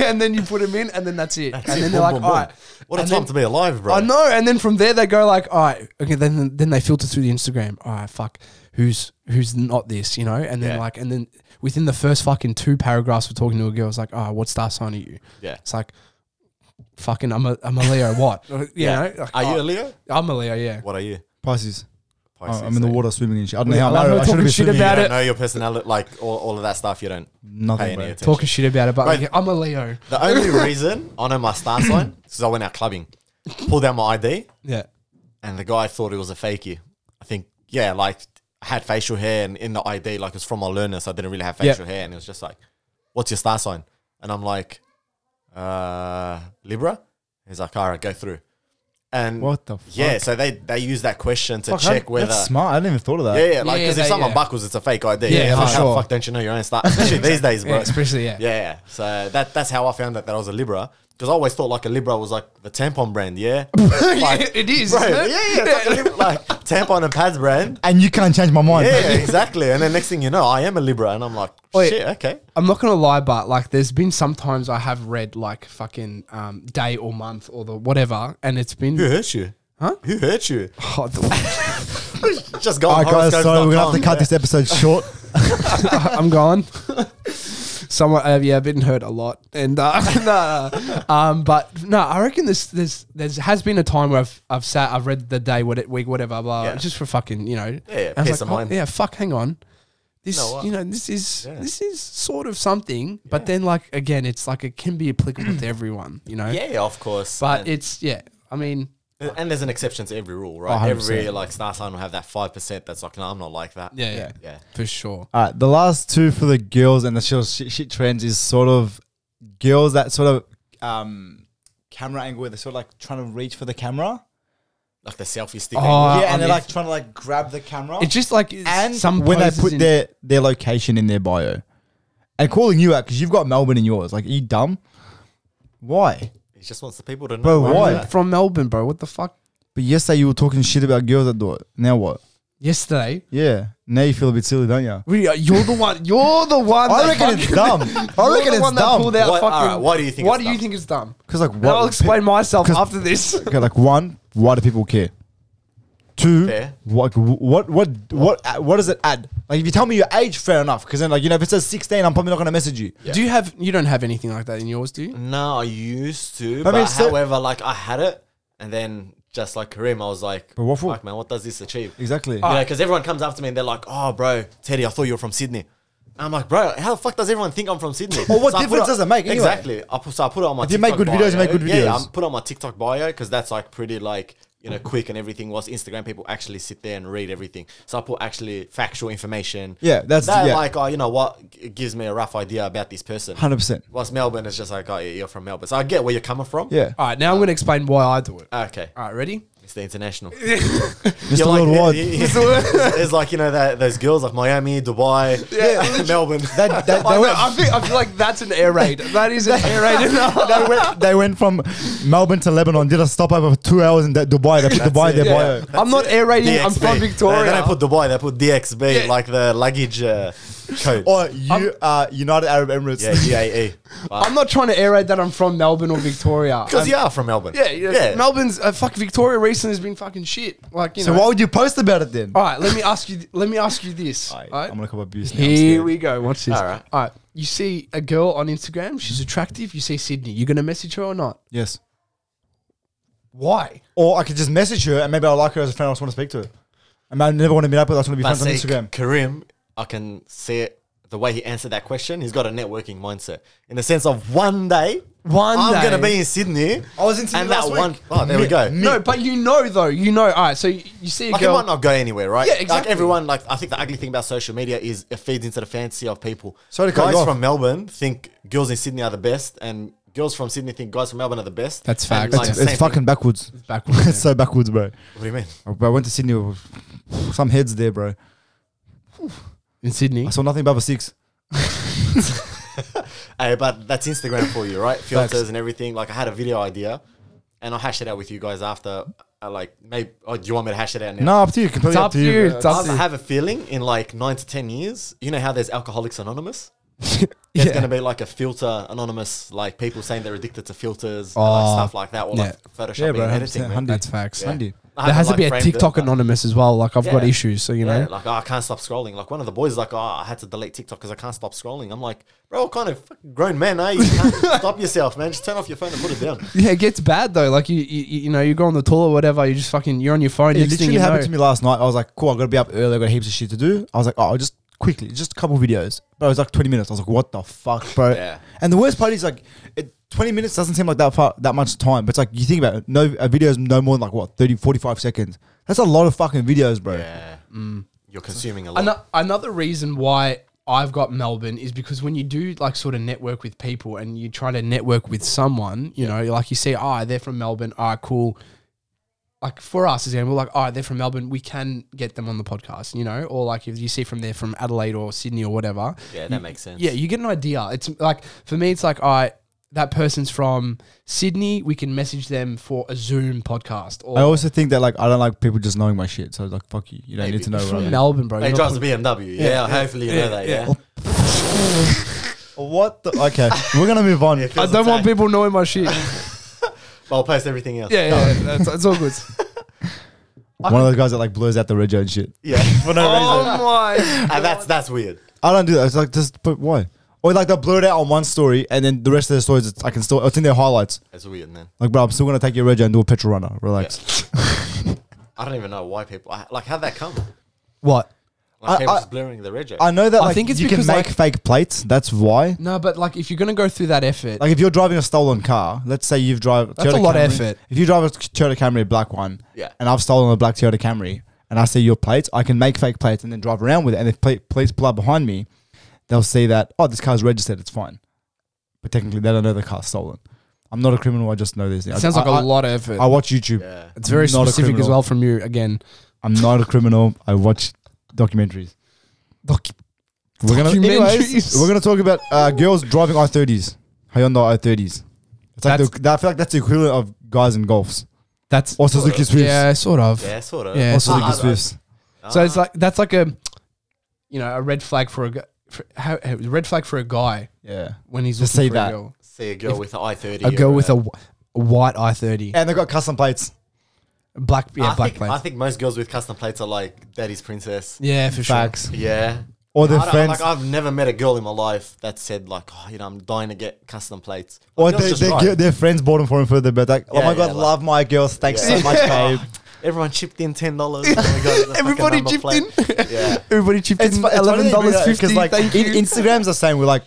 and then you put them in, and then that's it, and
it.
then they're
Boom,
like,
boom,
all
boom.
right,
What a
And
time
then-
to be alive, bro.
I know, and then from there they go like, all right, okay. Then then they filter through the Instagram. All right, fuck, who's who's not this, you know? And then
Yeah.
like, and then within the first fucking two paragraphs of talking to a girl, it's like, oh, what star sign are you?
Yeah.
it's like, fucking, I'm a I'm a Leo. What?
*laughs*
You know? Like,
Are you
oh,
a Leo?
I'm a Leo. Yeah.
What are you?
Pisces. Oh,
Pisces,
I'm in the
eh?
water swimming and shit. I don't know
Yeah,
how.
I love
I'm
her
I should
talking
be
shit
swimming.
about
About
You
it.
it.
don't know your personality, like all, all of that stuff. You don't
Nothing,
pay any
bro.
attention.
Talking shit about it, but
Right.
like, I'm a Leo.
*laughs*
The only reason I know my star sign is 'cause I went out clubbing, pulled out my ID,
Yeah.
and the guy thought it was a fakie. I think, yeah, like I had facial hair and in the ID, like it's from my learner, so I didn't really have
Yep.
facial hair. And it was just like, what's your star sign? And I'm like, uh, Libra? He's like, all right, go through. And
What the
Yeah,
fuck?
so they, they use that question to
Fuck, I-
check whether.
That's smart. I didn't even thought of that.
Yeah, yeah, like
Yeah,
because
they-
if someone
yeah.
buckles, it's a fake ID.
Yeah,
how
for
the
sure.
fuck don't you know your own star?
*laughs*
Especially these days, bro.
Yeah, especially, yeah. *laughs*
Yeah, yeah. So that that's how I found out that I was a Libra because I always thought like a Libra was like the tampon
*laughs*
brand, yeah. Like,
it is.
bro,
isn't
yeah,
it?
yeah, it's like, a Libra, like tampon and pads brand.
And you can't change my mind. *laughs*
Yeah, exactly. And then next thing you know, I am a Libra, and I'm like,
Wait.
shit, okay.
I'm not gonna lie, but like, there's been sometimes I have read like fucking um, day or month or the whatever, and it's been
Who hurt you? Huh? Who hurt you?
Oh, the-
Just go.
All
on
right, guys. Sorry, we're gonna have to
horoscopes.com,
cut
yeah.
this
*laughs*
episode short.
*laughs* I'm gone. Someone, uh, yeah, I've been hurt a lot, and uh, *laughs* no, no. um, but no, I reckon this there's there's has been a time where I've I've sat, I've read the day, what it- week, whatever, blah,
Yeah.
just for fucking, you know,
Yeah, yeah,
And I was
peace of
oh,
mind.
yeah, fuck, hang on, this,
know what?
you know, this is
Yeah.
this is sort of something, but then like again, it's like it can be applicable to everyone, you know,
Yeah, of course.
but
And-
it's yeah, I mean,
And there's an exception to every rule, right?
100%.
Every like star sign will have that five percent that's like, no, I'm not like that.
yeah, yeah,
yeah.
for sure,
All right, the last two for the girls and the shit, shit, shit trends is sort of girls that sort of um, camera angle where they're sort of like trying to reach for the camera.
Like the selfie stick.
Oh,
angle.
yeah,
I'm
and they're
in.
like trying to like grab the camera.
it's just like
and
some
when they
poses
put
in-
their their location in their bio and calling you out because you've got Melbourne in yours. Like, are you dumb? Why?
He just wants the people to know.
Bro,
where
why?
I'm at.
from Melbourne, bro, what the fuck?
But yesterday you were talking shit about girls that do it. Now what?
Yesterday,
Yeah. Now you feel a bit silly, don't you?
Really, uh, you're the one. You're the one.
*laughs* I
that
reckon
fucking- *laughs*
it's dumb. I
you're
reckon
the
it's
one that
dumb.
pulled out
What-
fucking-
alright, why do you think
Why
it's
do you
dumb?
think it's dumb?
Because like
And
what?
I'll explain myself
'cause-
after
*laughs*
this.
Okay, like one, why do people care? Two,
Fair.
what, what, what, what, what does it add? Like, if you tell me your age, fair enough. Because then, like, you know, if it says sixteen, I'm probably not gonna message you.
Do you have? You don't have anything like that in yours, do you?
No, I used to,
I
but
mean, so-
however, like I had it, and then just like Kareem, I was like,
But what for?
fuck, man, what does this achieve?
Exactly.
You know, because everyone comes up to me and they're like, "Oh, bro, Teddy, I thought you were from Sydney." And I'm like, "Bro, how the fuck does everyone think I'm from Sydney?"
Or what
I put
difference
on-
does it make anyway?
Exactly. I put, so I put it on my.
If you make
TikTok
good videos, you make
bio.
good
Yeah, Yeah, I
videos.
put on my TikTok bio because that's like pretty like you know quick and everything. Was Instagram people actually sit there and read everything? So I put actually factual information.
Yeah, that's-
that.
yeah.
Like, oh, you know what? It gives me a rough idea about this person.
100%.
Whilst Melbourne is just like, oh, yeah, you're from Melbourne, so I get where you're coming from.
Yeah.
All right, now I'm going to explain why I do it.
Okay.
All right, ready?
It's the international.
Mr.
You're like-
Worldwide.
*laughs* it's like you know that those girls like Miami, Dubai, *laughs* Melbourne. *laughs*
That, *laughs* that,
I, *laughs*
they, went,
I feel, I feel like that's an air
*laughs*
raid. That is an air raid. *laughs*
they, went, they went from Melbourne to Lebanon, did a stopover for two hours in that Dubai. They put Dubai in their
it, yeah.
bio.
I'm not air raiding. I'm from Victoria.
They, they don't put Dubai. They put DXB,
Yeah.
like the luggage uh, code.
Or you, uh, United Arab Emirates.
yeah, E. UAE.
I'm not trying to air raid that I'm from Melbourne or Victoria.
Because you are from Melbourne.
yeah, yeah, Melbourne's uh, fuck Victoria recently has been fucking shit. Like you
*laughs* so
know.
why would you post about it then?
all right, let me ask you. Let me ask you this.
Alright,
all right?
I'm gonna come abuse now. I'm
Here
scared.
we go. Watch this.
All right.
All right. You see a girl on Instagram. She's attractive. You see Sydney. You're gonna message her or not?
Yes.
Why?
Or I could just message her and maybe I like her as a friend. I just want to speak to her. I mean, I never want to meet up with. her, I just want to be
But
friends on
see,
Instagram.
Karim, I can see it. The way he answered that question, he's got a networking mindset in the sense of one day,
One
I'm
day.
gonna be in Sydney.
I was in Sydney
and
last
that
week.
one oh there we
Me-
go.
me-
No, but you know though. You know. All right. So you, you see a
Like
girl.
it might not go anywhere, right?
Yeah,
Like
exactly.
everyone, like I think the ugly thing about social media is it feeds into the fancy of people.
Sorry to cut
guys
you off.
from Melbourne think girls in Sydney are the best, and girls from Sydney think guys from Melbourne are the best.
That's
And,
facts.
like,
It's,
the
it's
same
fucking backwards. *laughs*
backwards,
it's so backwards, bro.
thing- What do you mean?
But I went to Sydney with some heads there, bro.
in Sydney.
I saw nothing above a six.
Hey, but that's Instagram for you, right?
*laughs*
Filters
Facts.
and everything. Like I had a video idea, and I'll hash it out with you guys after. I like maybe. Oh, do you want me to hash it out now?
No, up to you. Completely
It's
up, to you.
It's up to
I
you.
have a feeling in like nine to ten years, you know how there's
*laughs*
Alcoholics Anonymous. There's going to be like a filter anonymous, like people saying they're addicted to filters and like
Oh,
stuff like that, or like Photoshop
Yeah, bro.
and
100%,
editing. man.
100.
That's facts.
Yeah.
Sunday.
I
There
haven't,
has to
like,
be a
framed
TikTok
it, but-
anonymous as well. Like I've got
Yeah.
issues, so you
Yeah,
know.
like oh, I can't stop scrolling. Like one of the boys is like, oh, I had to delete TikTok because I can't stop scrolling. I'm like, bro, what kind of fucking grown man are you? You
*laughs*
can't stop yourself, man. Just turn off your phone and put it down.
*laughs* Yeah, it gets bad though. Like you, you, you know, you go on the toilet, or whatever. You just fucking, you're on your phone.
It
next thing
literally
you
happened
know,
to me last night. I was like, cool, I gotta be up early, I got heaps of shit to do. I was like, oh, I'll just quickly, just a couple videos. But it was like 20 minutes. I was like, what the fuck, bro?
Yeah.
And the worst part is like, it, 20 minutes doesn't seem like that far, that much time, but it's like, you think about it, no, a video is no more than like what, 30, 45 seconds. That's a lot of fucking videos, bro.
Yeah,
Mm.
you're consuming a lot.
Ano- another reason why I've got Melbourne is because when you do like sort of network with people and you try to network with someone, you know, like you see, ah, they're from Melbourne. Ah, cool. Like for us, as example, like, ah, they're from Melbourne. We can get them on the podcast, you know, or like if you see from they're from Adelaide or Sydney or whatever.
Yeah, that makes sense.
Yeah, you get an idea. It's like for me, it's like all right, that person's from Sydney. We can message them for a Zoom podcast. Or
I also think that like, I don't like people just knowing my shit. So like, fuck you. You don't
Maybe.
need to know
You're
what
*laughs*
from
I mean.
Melbourne, bro.
Hey,
You're not
drives a
from-
BMW. Yeah, hopefully you know that. Yeah.
What the? Okay, we're gonna move
*laughs*
on.
I don't want people knowing my shit.
But I'll post everything else.
Yeah, yeah, yeah that's, that's all good.
One of the guys that like blurs out the rego and shit.
yeah,
*laughs*
for no reason.
my!
And that's that's weird.
I don't do that. It's like just but why? Or like they'll blur it out on one story and then the rest of the stories it's, I can still it's in their highlights.
That's weird, man.
Like bro, I'm still gonna take your rego and do a petrol runner. Relax.
I don't even know why people I, like how'd that come.
What?
Like
I-
people
I-
just blurring the rego.
I know that
I
like
think it's
you can
because,
make
like-
fake plates, that's why.
No, but like if you're gonna go through that effort,
Like if you're driving a stolen car, let's say you've drive
That's a
Toyota
lot of
Camry.
effort.
If you drive a Toyota Camry, a black one,
Yeah.
and I've stolen a black Toyota Camry, and I see your plates, I can make fake plates and then drive around with it. And if pla- police pull up behind me, they'll see that oh, this car's registered, it's fine. But technically, they don't know the car's stolen. I'm not a criminal. I just know these things.
it sounds
I,
like a
a
lot of effort.
I watch YouTube.
yeah.
it's very
not a
specific as
criminal.
well from you again.
I'm not a criminal. I watch documentaries.
Doc-
We're gonna, anyways,
Documentaries.
we're gonna talk about uh, girls driving i30s, Hyundai i30s. It's like
That's-
the, I feel like that's the equivalent of guys in golfs
that's
or Suzuki Swifts.
Uh, yeah, sort of.
Yeah, sort of.
Yeah,
Or
so-
Suzuki
Ah,
Swifts.
So it's like that's like a, you know, a red flag for a gu- for, how, a red flag for a guy
Yeah.
when he's
Just
looking
say
for
that.
a girl.
see a girl with an i thirty.
A girl with a, wh- a white i thirty,
And they've got custom plates.
black yeah,
I
black
think,
plates.
I think most girls with custom plates are like daddy's princess.
yeah, for
Facts.
sure.
Yeah.
or their
I don't-
friends,
like I've never met a girl in my life that said like, oh, you know, I'm dying to get custom plates.
or
Like, that's
they,
just
they,
right.
their friends bought them for them for the birthday. Like, oh
Yeah,
my
yeah,
god,
like-
love my girls. Thanks so
*laughs*
much, babe.
"Oh, Everyone chipped in ten dollars.
Everybody chipped in.
Yeah.
Everybody chipped in
fu- funny
eleven
that you
dollars
bring that up, 'cause,
fifty.
Like,
Thank
in-
you.
Instagram's the same. We're like,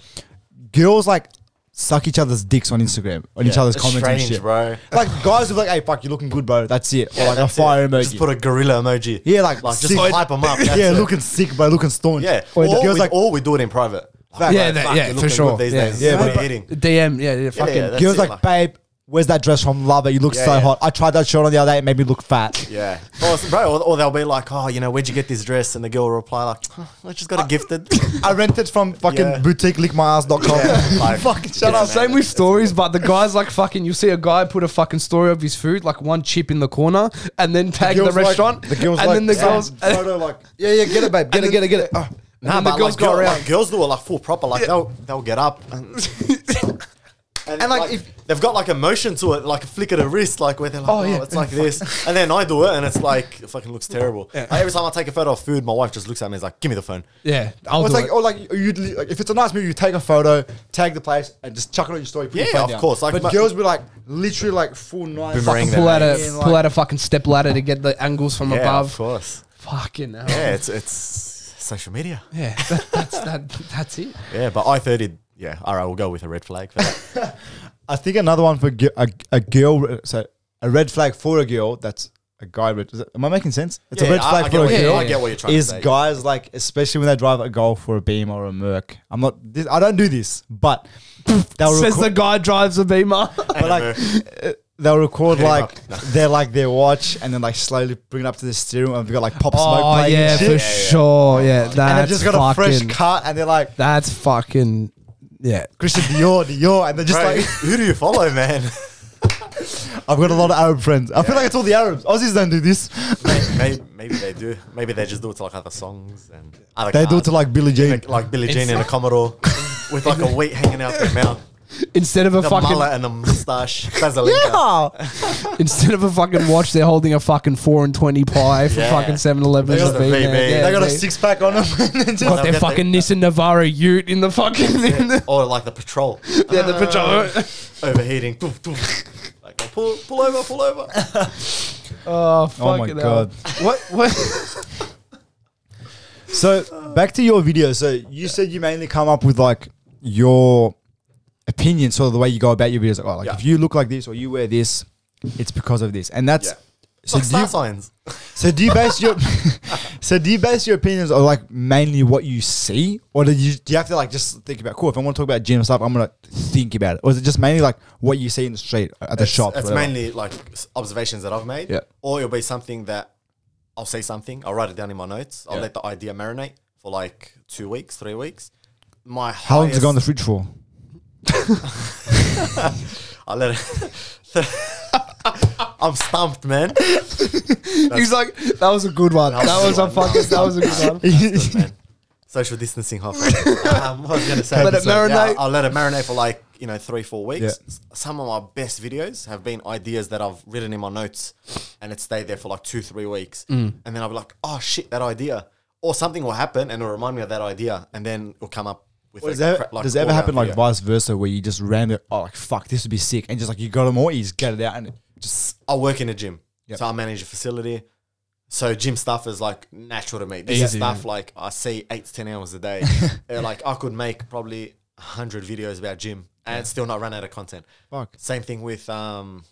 girls like suck each other's dicks on Instagram on each
Yeah.
other's
It's
comments and
strange,
shit,
bro.
Like guys are like, hey, fuck, you're looking good, bro. That's it.
Yeah,
or like a
that's it.
fire emoji.
Just put a gorilla emoji.
yeah, like,
like just
sick.
hype them up.
*laughs*
that's
yeah,
it.
looking sick, bro. Looking staunch.
Yeah.
Or
Or,
the girls
we,
like,
or we do it in private. Like,
Yeah,
like,
that- yeah,
fuck, you're
for
looking
sure.
good These
Yeah.
days.
Yeah,
What are
but-
you eating?
DM, yeah, yeah, fucking.
yeah, that's
girls
it,
like,
like-
babe, where's that dress from? Love it. You look
Yeah,
so
yeah.
hot. I tried that shirt on the other day. It made me look fat.
Yeah. Or, bro, or, or they'll be like, oh, you know, where'd you get this dress? And the girl will reply like, "Huh, I just got it gifted.
I rented from fucking
Yeah.
boutique lickmyass.com.
Yeah, like-
fucking shut
Yeah,
up.
man.
Same with stories, but the guys like fucking. You see a guy put a fucking story of his food, like one chip in the corner, and then tag the,
girls like-
restaurant.
the girls
and
like, "Ah,
then the
"Sam,
girls. *laughs*
photo like, *laughs* yeah, yeah, get it, babe, get it, get it, get it. Oh.
and
nah,
then the
but
girls
girls
go
like, girl,
around.
like, girls do it like full proper. Like they'll they'll get up and. And,
And, like, *laughs*
like,
if-
they've got like a motion to it, like a flick of the wrist, like where they're like,
Oh,
oh,
yeah.
it's
*laughs*
like this. And then I do it and it's like, it fucking looks terrible. Like, every time I take a photo of food, my wife just looks at me and is like, give me the phone.
yeah, I'll
Or it's
do
like, oh,
it.
or like, you'd, li- like, if it's a nice movie, you take a photo, tag the place, and just chuck it on your story. Put your
Yeah,
phone
of
down.
course, like,
but,
but-
girls be like, literally, like full nine.
Boomerang
fucking
them.
Pull out a
in, like-
pull out a fucking step ladder to get the angles from
Yeah, of
above.
course.
Fucking hell.
Yeah, it's it's social media.
Yeah, that, that's that. That's
*laughs*
it.
Yeah, but I thirty. Yeah, all right, we'll go with a red flag for that.
I think another one for gi- a, a girl. So a red flag for a girl. That's a guy. Red, is it- am I making sense? It's a
Yeah,
red
I-
flag
I,
for
get
a
what you-
girl.
yeah,
I get what you're trying
is
to say.
guys like, especially when they drive a Golf or a Beam or a Merc. I'm not. This, I don't do this, but they'll
Says
record,
the guy drives a *laughs* Beamer.
but like uh, they'll record
Hit him
like
*laughs*
they're like their watch, and then like slowly bring it up to the steering wheel. and They've got like pop smoke
oh
playing
yeah,
and
for
shit.
sure. Yeah, that's
and they've just got a fresh
fucking,
cut, and they're like
That's fucking. Yeah.
Christian Dior, Dior, and they're just
Bro,
like,
*laughs* who do you
*laughs*
follow, man?
I've got a lot of Arab friends. I feel like it's all the Arabs. Aussies don't do this. *laughs*
maybe, maybe, they do. Maybe they just do it to like other songs and other.
They do it
cars.
to like Billie Jean.
like, like Billie Jean and
*laughs*
a Commodore with like a weight hanging out their mouth,
Instead of a
the
fucking
mullet and the mustache. Bazilinka.
yeah.
uh, *laughs* instead of a fucking watch, they're holding a fucking four and twenty pie for
Yeah.
fucking Seven Eleven.
They got the VB.
they got a six pack
*laughs*
on them. and just-
Got
They'll
their
get
fucking Nissan Navara Ute in the fucking in the,
*laughs* Or like the patrol
yeah, the
*laughs*
pajama. *laughs*
overheating. Doof, doof. like pull, pull over, pull over.
Oh fucking
Oh my
hell.
God.
What *laughs* what?
so back to your video. So you said you mainly come up with like your opinion, sort of the way you go about your videos. Like, oh, like
Yeah.
if you look like this or you wear this, it's because of this, and that's.
Yeah. It's
So
like
do
star
you,
signs.
so do you base your *laughs* so do you base your opinions on like mainly what you see, or do you do you have to like just think about cool? If I want to talk about gym stuff, I'm gonna think about it, or is it just mainly like what you see in the street at the
It's-
shop?
It's
whatever?
mainly like s- observations that I've made.
Yeah.
Or it'll be something that I'll say something, I'll write it down in my notes, I'll
Yeah.
let the idea marinate for like two weeks, three weeks. My
how long does it go in the
highest-
fridge for?
I let it. *laughs* I'm stumped, man.
He's like that was a good one. That was a fucking that was a good one.
*laughs* That's good, man. Social distancing halfway. *laughs* um, what I was gonna say.
Let it
So, yeah,
marinate.
I'll let it marinate for like you know three, four weeks.
Yeah.
S- Some of my best videos have been ideas that I've written in my notes, and it stayed there for like two, three weeks,
Mm.
and then I'll be like, oh shit, that idea, or something will happen, and it'll remind me of that idea, and then it'll come up with.
Or
a
does that,
cra- like
does it ever
all-round
happen like
video.
vice versa where you just randomly oh like fuck this would be sick and just like you go to more you just get it out and just
I work in a gym,
Yep.
so I manage a facility. So gym stuff is like natural to me. This is
Easy,
stuff like I see eight to ten hours
*laughs*
a day. Uh, like I could make probably hundred videos about gym and still not run out of content.
fuck
Same thing with um,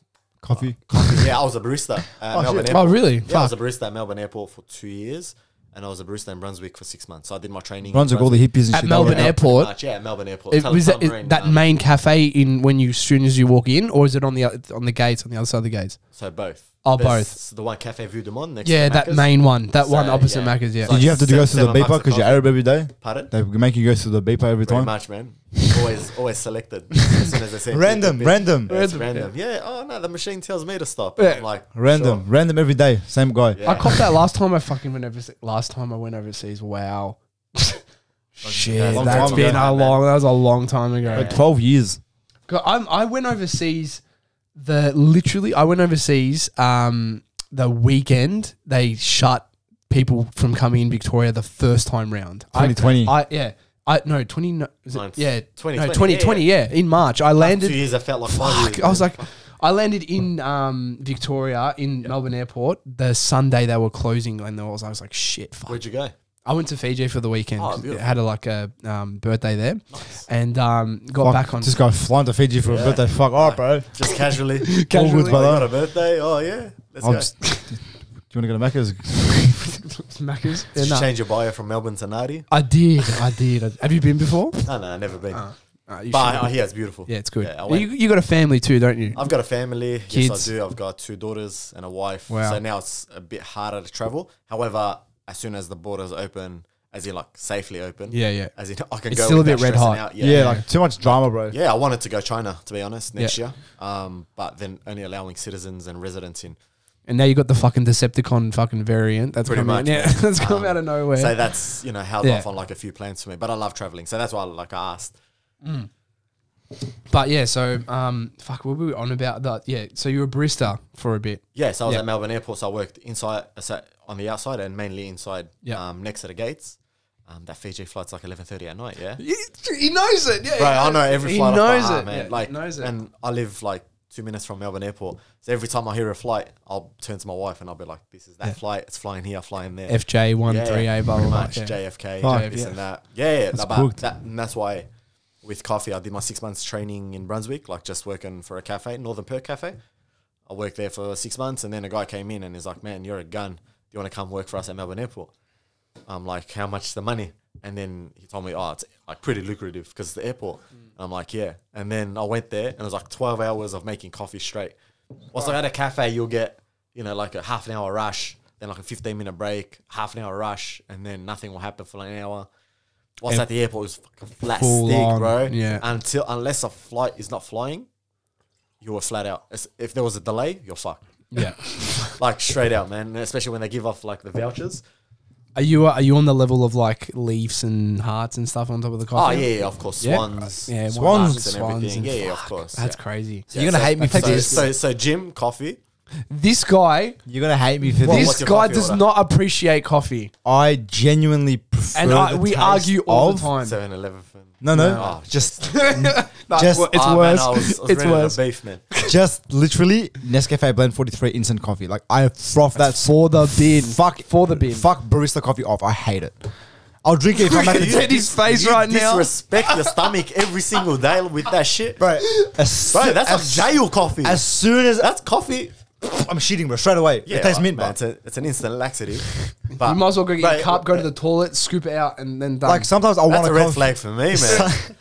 coffee.
yeah, I was a barista at
Oh,
Melbourne
*laughs*
shit.
Oh
Airport.
really?
Yeah, I was a barista at Melbourne Airport for two years, and I was a barista in Brunswick for six months. So I did my training. in
Brunswick, all the hippies and
At
shit.
Melbourne
going out.
Airport.
Much, yeah, Melbourne Airport.
It,
Tulla
was that,
Submarine,
is that
um,
main cafe in when you as soon as you walk in, or is it on the oth- on the gates on the other side of the gates?
So both.
Oh,
There's The one Cafe Vue du Monde next.
Yeah,
to
that
Macca's.
main one, that
So,
one opposite
yeah.
Macca's. Yeah,
So-
Did you have to
Seven-
go through the
seven
beeper
bucks a
because you're
coffee.
Arab every day?
Pardon.
They make you go through the beeper every
Pretty
time.
much, man. Always, always selected. As soon as I say
Random, random,
Yeah, it's
Random,
random. Yeah. Oh no, the machine tells me to stop.
Yeah.
I'm like
random,
sure.
random every day. Same guy.
Yeah.
I copped that last time I fucking went overseas. Last time I went overseas, wow. *laughs* Shit,
Long
that's
time
been
ago.
a long. That was a long time ago.
Like twelve years.
God, I'm, I went overseas. The literally, I went overseas. Um, the weekend they shut people from coming in Victoria the first time round. I-
2020.
I, yeah. I no twenty no, was it,
Ninth.
yeah
2020,
no, 2020 yeah, in March I
two
landed
years. I felt like five
fuck
years.
I was like I landed in um, Victoria in Melbourne Airport the Sunday they were closing and I was I was like shit fuck
where'd you go?
I went to Fiji for the weekend.
Oh, beautiful.
had a, like a um, birthday there, and um, got
Fuck,
back on.
Just going flying to Fiji for a birthday. Fuck, all right,
*laughs*
bro.
Just casually.
All good,
Casually.
I got
brother.
a birthday. Oh yeah, let's
I'm
go.
just- *laughs* Do you want to go to Macca's?
Macca's. Yeah,
Did you
nah.
change your bio from Melbourne to Nadi?
I did. I did. I- Have you been before?
No, no, never been.
Uh, you
but
should.
I, I hear it's beautiful.
yeah, it's good.
Yeah, I went.
you, you got a family too, don't you?
I've got a family.
Kids.
Yes, I do. I've got two daughters and a wife.
Wow.
So now it's a bit harder to travel. However, as soon as the borders open, as in like safely open,
Yeah, yeah.
as in *laughs* I can
It's
go
still a
without
bit red
stressing
hot.
Out.
Yeah,
Yeah, yeah,
like too much drama, bro.
I wanted to go China to be honest next year, um, but then only allowing citizens and residents in.
And now you got the fucking Decepticon fucking variant. That's
Pretty
coming.
much,
yeah, *laughs*
yeah.
that's come
Um,
out of nowhere.
So that's you know held
Yeah.
off on like a few plans for me, but I love traveling, so that's why like I asked.
but yeah, so um, fuck, what were we on about that? Yeah, so you were a barista for a bit.
Yeah, so I was
Yeah.
at Melbourne Airport, so I worked inside, uh, so on the outside, and mainly inside,
Yeah.
um, next to the gates. Um, that Fiji flight's like eleven thirty at night, yeah.
He, he knows it. Yeah,
Right, I know every
He
flight. off by
knows
heart,
it.
man.
yeah,
like,
he knows it.
and I live like two minutes from Melbourne Airport, so every time I hear a flight, I'll turn to my wife and I'll be like, "This is that flight. It's flying here, flying there."
FJ one
Yeah,
three A blah
pretty
blah blah.
much
Yeah.
JFK,
Fuck.
this
Yeah.
and that. Yeah, yeah. no, but
cooked.
that, and that's why with coffee, I did my six months training in Brunswick, like just working for a cafe, Northern Perth Cafe. I worked there for six months, and then a guy came in and he's like, "Man, you're a gun. Do you want to come work for us at Melbourne Airport?" I'm like, "How much the money?" And then he told me, "Oh, it's like pretty lucrative because it's the airport." And I'm like, "Yeah." And then I went there, and it was like 12 hours of making coffee straight. Also, at a cafe, you'll get you know like a half an hour rush, then like a 15 minute break, half an hour rush, and then nothing will happen for like an hour. Whilst
Ev-
at the airport, it was fucking flat
Full
stick,
on,
bro.
yeah.
Until unless a flight is not flying, you were flat out. It's- If there was a delay, you're fucked.
yeah.
Like straight out, man. And Especially when they give off like the vouchers.
Are you uh, are you on the level of like Leafs and Hearts and stuff on top of the
Oh
coffee?
yeah, yeah of course.
Yeah.
Swans.
yeah,
Swans,
Swans,
and
Swans,
everything.
and
Yeah, yeah, of
fuck,
course,
That's
yeah.
crazy.
Yeah,
You're gonna
so-
hate me for
so,
this.
So, so gym, coffee.
This guy,
You're gonna hate me for
Well,
this.
what's
this
your
guy
coffee
does
order?
not appreciate coffee,
I genuinely prefer.
and I,
the
we
taste
argue all the
of-
time.
7 Eleven.
No, no,
Oh,
just,
Nah,
Just-
well, it's
Ah,
worse.
Man, I was, I
*laughs*
was
it's
ready to
worse.
beef, man.
*laughs* just literally Nescafe Blend 43 instant coffee. Like I froth that
For the bin.
Fuck
For the bin.
Fuck barista coffee off. I hate it. I'll drink it if *laughs* I'm at
Look at
the
his face
you
right now.
Disrespect your stomach every single day with that shit,
bro. As,
Bro, that's
as,
like jail coffee.
as soon as
that's coffee.
I'm shitting, bro, straight away. it tastes
like,
mint,
man,
bro.
It's, a, it's an instant laxative. But
You might as well go get
Mate,
your cup, go to
uh,
the toilet, scoop it out, and then done.
Like sometimes I want
Um, That's
to
a red flag for me, man.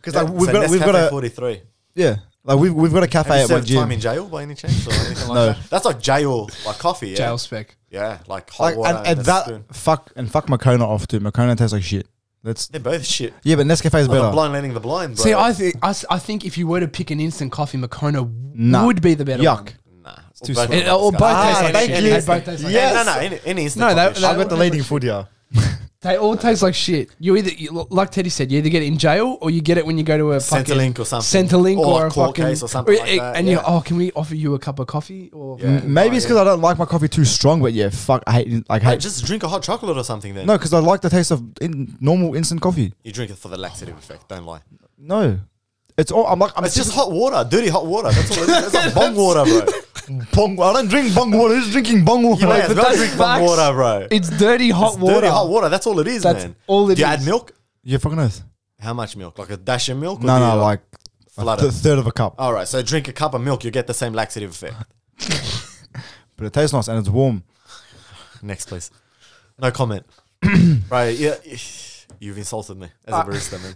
Because like we've
So
got we've
Nescafe
got a
43.
yeah like we've we've got a
Have
cafe
you
at my
served time in
gym.
jail by any chance or anything like
No. *laughs*
that? That's like jail, like coffee. Yeah,
jail spec.
yeah, like hot
Like
water
and, and
a
that
spoon.
fuck and fuck Makona off too. Makona tastes like shit. That's
They're both shit.
yeah, but Nescafe is
Like
better.
Oh, the blind leading the blind, bro.
See, I think I, s- I think if you were to pick an instant coffee, Makona
Nah.
would be the better one.
Yuck.
nah, it's
too
It, or both
Ah,
taste like
thank
shit.
you.
They both taste like
Yeah.
shit.
Yeah, no,
Yes.
no, any, any instant.
No, that-
coffee is
that-
I got
shit.
the leading food here.
They all taste like shit. You either, you, like Teddy said, you either get it in jail or you get it when you go to a fucking
Centrelink or something.
Centrelink
Or
or,
a
a
court
fucking
case or something like
it-
that,
And
yeah.
you oh, can we offer you a cup of coffee or
Yeah.
Maybe
Oh,
it's
yeah.
because I don't like my coffee too strong, but yeah, fuck, I hate like I
Hey,
hate.
just drink a hot chocolate or something then.
No, because I like the taste of in, normal instant coffee.
You drink it for the laxative effect, don't lie.
No, it's all. I'm like, I'm
It's just hot water, dirty hot water. That's all it
*laughs*
is. It's like bong water, bro.
bong. I don't drink bong water. Who's drinking bong water?
You may as
but
well
that's
drink bong
facts.
water, bro.
It's dirty hot
It's
water.
Dirty hot water. That's all it is,
That's
man.
all it
do you
is.
add milk?
You're fucking earth.
How much milk? Like a dash of milk? or
No,
do
no,
you,
like a
flutter.
th- third of a cup.
All right, so drink a cup of milk, you get the same laxative *laughs* effect.
But it tastes nice and it's warm.
Next, please. No *clears throat* comment. right, yeah, you've insulted me as
Uh,
a barista,
*laughs*
man.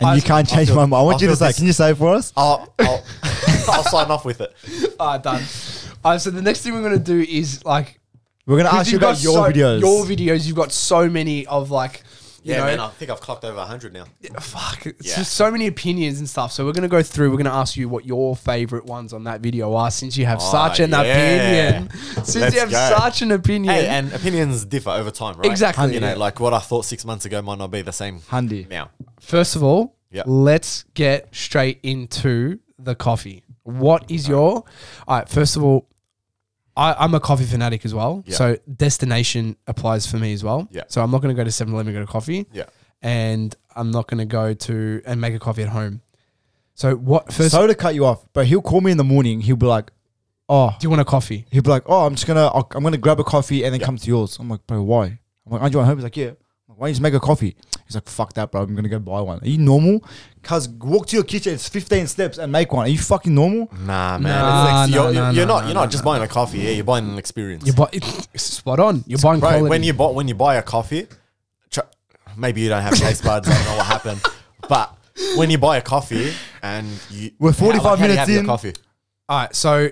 And you can't change
feel-
my mind. I
I
want you to
feel
say,
this-
can you say it for us?
I'll, I'll, *laughs* I'll sign off
*laughs*
with it.
Ah, done. Alright, so the next thing we're gonna do is like
We're gonna ask you
you've
about
got
your
so-
videos.
Your videos, you've got so many of like you
Yeah,
know, eh,
man, I think I've clocked over 100 now.
fuck, it's
Yeah.
just so many opinions and stuff. So we're gonna go through. We're gonna ask you what your favorite ones on that video are, since you have such an
Oh, yeah.
opinion. Since
Let's
you have
go.
such an opinion,
Hey, and opinions differ over time, right?
Exactly,
You
yeah.
know, like what I thought six months ago might not be the same
Handy.
now.
first of all,
Yeah.
let's get straight into the coffee. What is your? All right, first of all, I, I'm a coffee fanatic as well.
Yeah.
So destination applies for me as well.
Yeah.
So I'm not going to go to 7 Eleven and get a coffee.
Yeah.
And I'm not going to go to and make a coffee at home. So what first?
Sorry to cut you off, but he'll call me in the morning. He'll be like, "Oh,
do you want a coffee?
he'll be like, oh, I'm just gonna, I'll, I'm gonna grab a coffee and then
Yeah.
come to yours." I'm like, "Bro, why?" I'm like, "Aren't you at home?" He's like, "Yeah." I'm like, why don't you just make a coffee? He's like, "Fuck that, bro. I'm gonna go buy one." Are you normal? Cause walk to your kitchen. It's 15 steps and make one. Are you fucking normal?
Nah,
Nah,
man. it's like,
nah,
you're,
nah,
you're
nah,
not.
nah,
You're
nah,
not just buying a coffee. Yeah, you're buying an experience.
You buy, *laughs* spot on. You're buying
Bro,
quality.
when you buy when you buy a coffee, tr- maybe you don't have taste buds. I don't know what happened, but when you buy a coffee and you
We're 45
how do you
minutes
have your
in.
coffee.
All right. So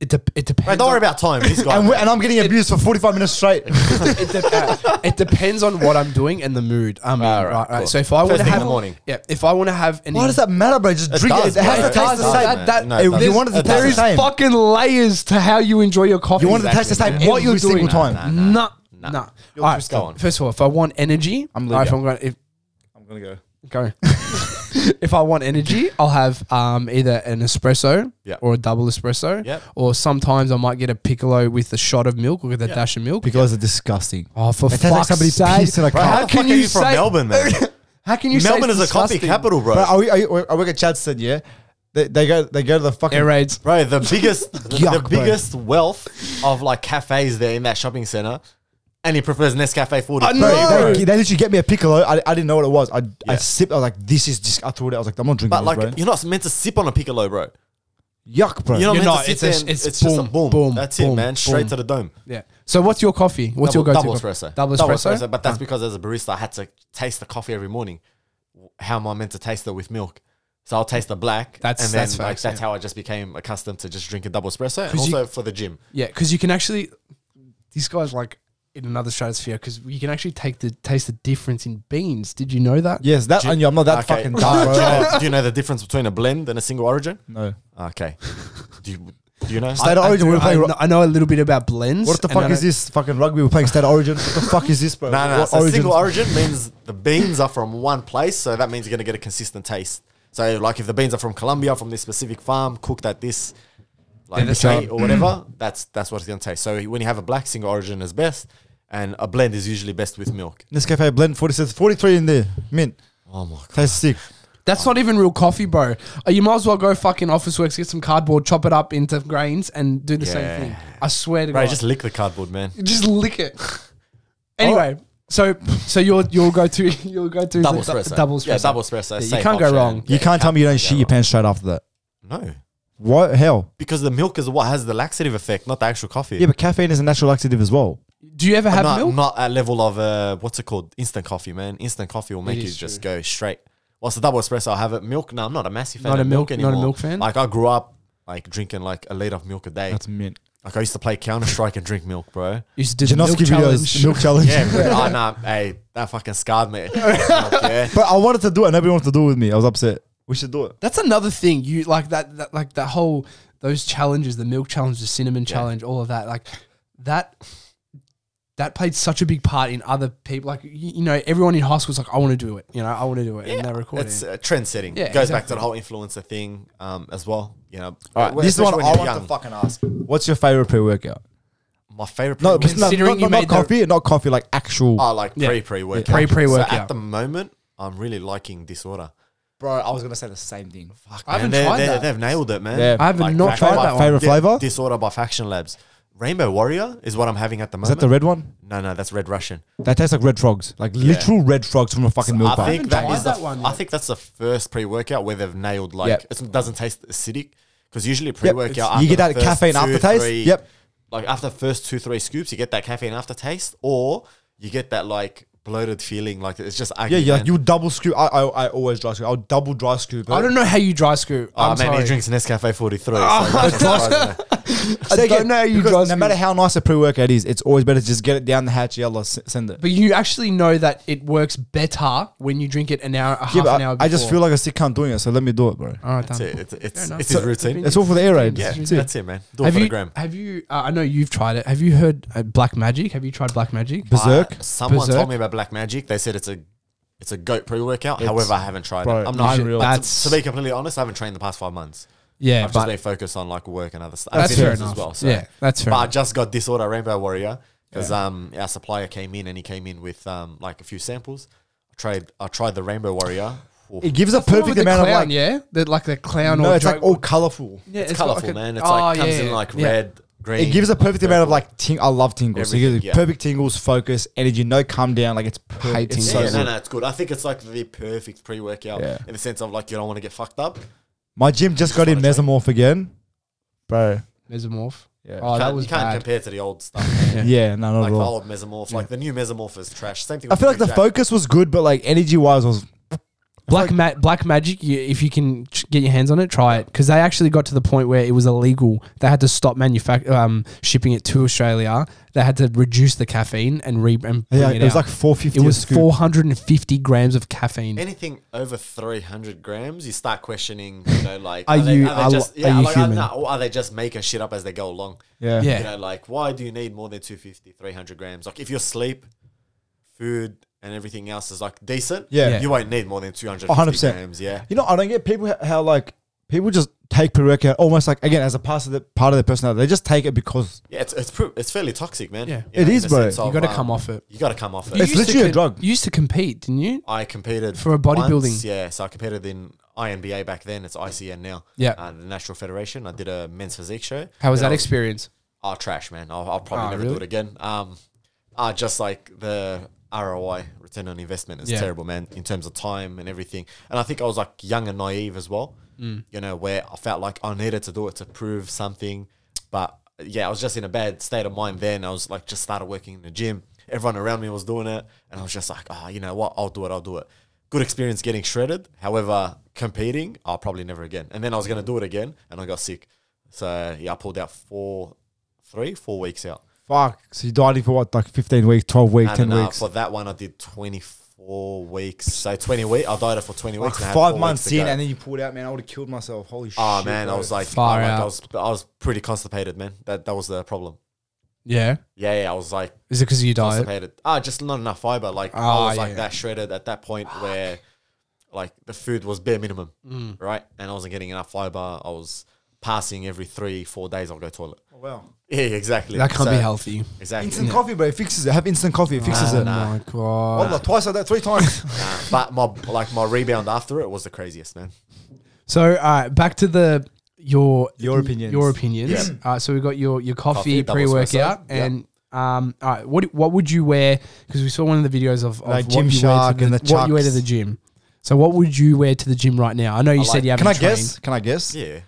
it, de- it depends.
Hey, don't worry about time. This guy,
And, we, and I'm getting abused for 45 minutes *laughs* straight.
it, dep- uh, it depends on what I'm doing and the mood. I mean,
All
right,
right,
right,
cool.
So if I want
First
to
thing in
have
the morning.
yeah, if I want to have any,
why does that matter, bro? Just drink
does,
it. It has
bro.
to
It
taste
does,
the same.
man. No, it
If you
doesn't.
wanted to
It
taste
there
the
is
same.
fucking layers to how you enjoy your coffee.
You wanted to taste the same
Exactly,
what you're
every
doing.
single time.
Nah, nah, nah. All right,
just go on.
First of all, if I want energy,
I'm
all right, if
Libya.
I'm going, if,
I'm gonna go.
go. *laughs* if I want energy, I'll have um, either an espresso
Yeah.
or a double espresso,
Yep.
or sometimes I might get a piccolo with a shot of milk or with a dash of milk.
Because it's disgusting.
Oh, for
It tastes like
fuck's
somebody pissed in a
sake!
cup. Bro,
how
How
the fuck
can
are
you
you from
say?
Melbourne, man?
How can you say
Melbourne
it's
is a coffee
disgusting?
capital, bro.
Bro,
Bro,
I, we- I, I work at Chadstone, yeah. They, they go they go to the fucking
Air raids.
the biggest, the,
Yuck, bro.
biggest wealth of like cafes there in that shopping center, and he prefers Nescafe forty.
I
Bro,
know.
bro.
They, they literally get me a piccolo. I, I didn't know what it was. I, I
Yeah.
sipped. I was like, this is just. I threw it. out. I was like, I'm not drinking
But
this,
like,
bro.
you're not meant to sip on a piccolo, bro.
Yuck, bro.
You're not
You're
meant
not,
to sit
it's a-
there.
it's
and- It's, just a
boom,
boom.
boom,
That's
boom,
it, man. Straight
boom.
to the dome.
Yeah. So what's your coffee? What's your go-to?
double
coffee?
espresso.
Double espresso.
But that's because as a barista, I had to taste the coffee every morning. How am I meant to taste it with milk? So I'll taste the black.
That's-
and then
that's
like
facts,
that's
yeah.
how I just became accustomed to just drinking double espresso. And
'Cause you-
also for the gym.
Yeah, because you can actually. These guys like in another stratosphere because you can actually take the taste the difference in beans. Did you know that?
yes, that. I knew. I'm not that
Okay. *laughs*
fucking
Do you
dumb,
know- do, you
bro.
know, do you know the difference between a blend and a single origin?
no.
*laughs*
Okay. Do you, do you know?
State of origin.
I, do-
We're
I,
playing. ro-
kn- I know a little bit about blends.
what the
and
fuck
I
is
know-
this fucking rugby? We're playing state of origin. What the fuck is this, bro?
No, no.
What
so
origins?
single origin means the beans are from one place, so that means you're gonna get a consistent taste. So, like, if the beans are from Colombia, from this specific farm, cooked at this, like,
Yeah, that's
date
right.
or whatever, that's that's what it's gonna taste. So, when you have a black single origin is best, and a blend is usually best with milk.
Nescafe blend 40 says 43 in there. Mint.
Oh my god!
Tastes sick.
That's not even real coffee, bro. Uh, You might as well go fucking Office Works, get some cardboard, chop it up into grains, and do the
Yeah.
same thing. I swear to
Bro,
God,
just lick the cardboard, man.
just lick it. Anyway, so so you'll you'll go *laughs* to you'll go to
Oh. Double espresso.
double espresso.
Yeah, double espresso.
you
safe
can't go
option.
wrong.
Yeah,
you can't tell me you don't shit your pants straight after that.
No,
What hell?
because the milk is what has the laxative effect, not the actual coffee.
Yeah, but caffeine is a natural laxative as well.
Do you ever have
not,
milk?
not at level of uh, what's it called? Instant coffee, man. Instant coffee will make you
is
just go straight. What's the double espresso? I have it. Milk? No, I'm not a massive fan
Not
of
a
milk,
milk- not a
anymore.
milk fan?
Like I grew up like drinking like a liter of milk a day.
That's mint.
like I used to play Counter Strike and drink milk,
*laughs*
bro.
You used to do the milk
Janovsky videos.
challenge.
Milk challenge.
Yeah, bro. oh, nah, hey, that fucking
*laughs*
scarred me. Milk, yeah.
But I wanted to do it. Nobody wanted to do it with me. I was upset. We should do it.
That's another thing. You like that, that like that whole those challenges, the milk challenge, the cinnamon challenge, all of that. Like that that played such a big part in other people. Like you, you know, everyone in high school's like, I want to do it. You know, I want to do it, and they record
It's
it.
uh, trend setting.
Yeah,
Goes back to
exactly.
the whole influencer thing um, as well. You know,
All right, this is what
especially when
I
you're
want
young.
to fucking ask. What's your favorite pre-workout?
My favorite.
No,
pre-
just not,
Considering
not,
you
not, not
made the- Ah,
coffee, not coffee, like actual.
Oh, like
Yeah.
pre pre workout.
Pre- pre-workout.
So at the moment, I'm really liking disorder.
bro, I was gonna say the same thing. Fuck.
I haven't
Man, they-
tried
they-
that.
They've nailed it, man.
Yeah. I
haven't not
Fact-
tried
by-
that one.
Favorite
Di-
flavor?
Disorder by Faction Labs. Rainbow Warrior is what I'm having at the
Is that
moment.
the red one?
no, no, that's Red Russian.
That tastes like red frogs, like literal red frogs from a fucking milk
I
bar.
think that
tried
is
that
the,
one
I
yet.
think that's the first pre-workout where they've nailed like
Yep.
it's- it doesn't taste acidic because usually pre-workout
it's-
after
you get that
the first
caffeine
two,
aftertaste.
three-
Yep.
Like after the first two three scoops, you get that caffeine aftertaste, or you get that like bloated feeling, like it's just
Yeah,
ugly,
yeah, like
man.
you double scoop. I, I, I always dry scoop. I'll double dry scoop.
I don't know how you dry scoop.
Oh,
I'm
man,
sorry.
he
*laughs*
drinks
*laughs*
Nescafe 43. so that's surprising.
I
don't know how you dry
No
scoop.
matter how nice a pre-workout is, it's always better to just get it down the hatch. Yellow, s- send it.
But you actually know that it works better when you drink it an hour, a
Yeah,
half
but
an hour.
I, I just
before.
feel like a sick cunt doing it, so let me do it, bro.
All right,
That's
done.
it. It's, it's,
enough.
it's his
So-
routine.
It's all for the air raid.
Yeah.
Yeah,
That's
it.
that's it, man. Do it
Have
for
you,
the gram.
have you? Uh, I know you've tried it. Have you heard uh, Black Magic? Have you tried Black Magic?
Berserk.
Uh, someone
Berserk.
told me about Black Magic. They said it's a it's a goat pre workout. However, I haven't tried
bro,
it. I'm not
unreal.
That's,
That's-
to be completely honest, I haven't trained the past five months.
Yeah,
I've
but-
just been focused on like work and other stuff.
That's fair
as
enough.
well. So.
Yeah, that's fair.
But I
enough.
just got this order Rainbow Warrior because um our supplier came in and he came in with um like a few samples. I tried I tried the Rainbow Warrior. Ooh,
It gives
The
a
one with
perfect
the
amount
clown,
of like.
yeah, the, like oh, the clown.
No,
or
it's like
joke-
all colorful.
yeah,
it's,
got
colourful,
like a-
man. It's like
oh,
comes
yeah,
in like
yeah.
red, green.
It gives a perfect amount of
purple.
like. Ting- I love tingles. So it gives
Everything,
you
yeah.
perfect tingles, focus, energy, no come down. Like it's
Hate
perfect.
tingles.
It's so
Yeah,
good.
no, no, it's good. I think it's like the perfect pre-workout
Yeah.
in the sense of like you don't want to get fucked up.
My gym just got in
wanna try.
mesomorph again, bro.
Mesomorph.
Yeah.
Oh, that
Can't-
was
you can't
bad.
compare to the
*laughs*
old stuff.
Yeah.
Yeah, no, not
like
at
the
all.
old mesomorph, like the new mesomorph is trash. Same thing.
I
with
feel like the
Jack.
focus was good, but like energy wise was
Black ma- Black Magic. You, if you can ch- get your hands on it, try it because they actually got to the point where it was illegal. They had to stop manufac- um, shipping it to Australia. They had to reduce the caffeine and re and bring
yeah,
it,
it, was
out.
like four fifty.
it was 450 grams of caffeine.
Anything over three hundred grams, you start questioning. You know, like
Are you- are-
just,
are you
like, I don't
human?
know, or are they just making shit up as they go along?
Yeah,
Yeah.
You know, like why do you need more than 250, 300 grams? Like if your sleep, food, and everything else is like decent,
Yeah. Yeah.
you won't need more than two hundred
100%.
grams. Yeah,
You know, I don't get people h- how like people just take pre workout almost like again as a part of the part of their personality. They just take it because
yeah, it's it's, pr- it's fairly toxic, man.
Yeah.
You
It
in
is,
the
bro.
sense
You
you got to
um,
come off it.
You got to come off it.
You
It's
used to
literally
co-
a drug.
You used to compete, didn't you?
I competed
For a
Once,
bodybuilding.
yeah, so I competed in INBA back then. It's ICN now.
Yeah.
uh, the National Federation. I did a men's physique show.
How was
Then
that
I
experience?
Oh, trash, man. I'll, I'll probably
Oh,
never
really?
do it again. Um, uh, just like the ROI return on investment is
Yeah.
terrible, man, in terms of time and everything. And I think I was like young and naive as well. You know, where I felt like I needed to do it to prove something, but yeah, I was just in a bad state of mind then. I was like, just started working in the gym. Everyone around me was doing it, and I was just like, ah, you know what? I'll do it. I'll do it. Good experience getting shredded. However, competing, I'll probably never again. And then I was gonna do it again, and I got sick. So yeah, I pulled out four three, four weeks out.
fuck. So you dieting for what like fifteen weeks, twelve weeks,
And
ten
then, uh,
weeks,
for that one, I did 24 weeks. So 20 weeks. I died it for 20
like
weeks. and I had
five
four
months
weeks to
in,
go.
and then you pulled out. Man, I would have killed myself. Holy shit!
Oh man, I
bro.
was like,
Far
oh, like, I
out.
was, I was pretty constipated, man. That that was the problem.
Yeah.
Yeah, yeah, I was like
Is it because of your diet?
constipated. Ah, just not enough fiber. Like
Ah,
I was like
yeah.
that shredded at that point where, like the food was bare minimum,
Mm.
right? And I wasn't getting enough fiber. I was passing every three, four days. I'll go toilet. *laughs*
Oh, wow.
Yeah, exactly.
That can't
So-
uh,
be healthy.
Exactly.
Instant coffee, bro. It fixes it. Have instant coffee. It fixes it.
Oh my god.
Wallah, twice like that, three
*laughs*
times.
Nah, but my like my rebound after it was the craziest, man.
So, all right, back to the your
Your opinions.
Your opinions.
Yeah.
Uh, so we got your your coffee,
Coffee, double
pre workout,
espresso. Yeah.
and um. All right, what what would you wear? Because we saw one of the videos of, of
Like
what you
Gymshark
wear to
and
the,
the
what you wear to
Chucks.
the gym. So what would you wear to the gym right now? I know you
I
said
like-
you haven't
Can I
trained.
guess? Can I guess?
Yeah.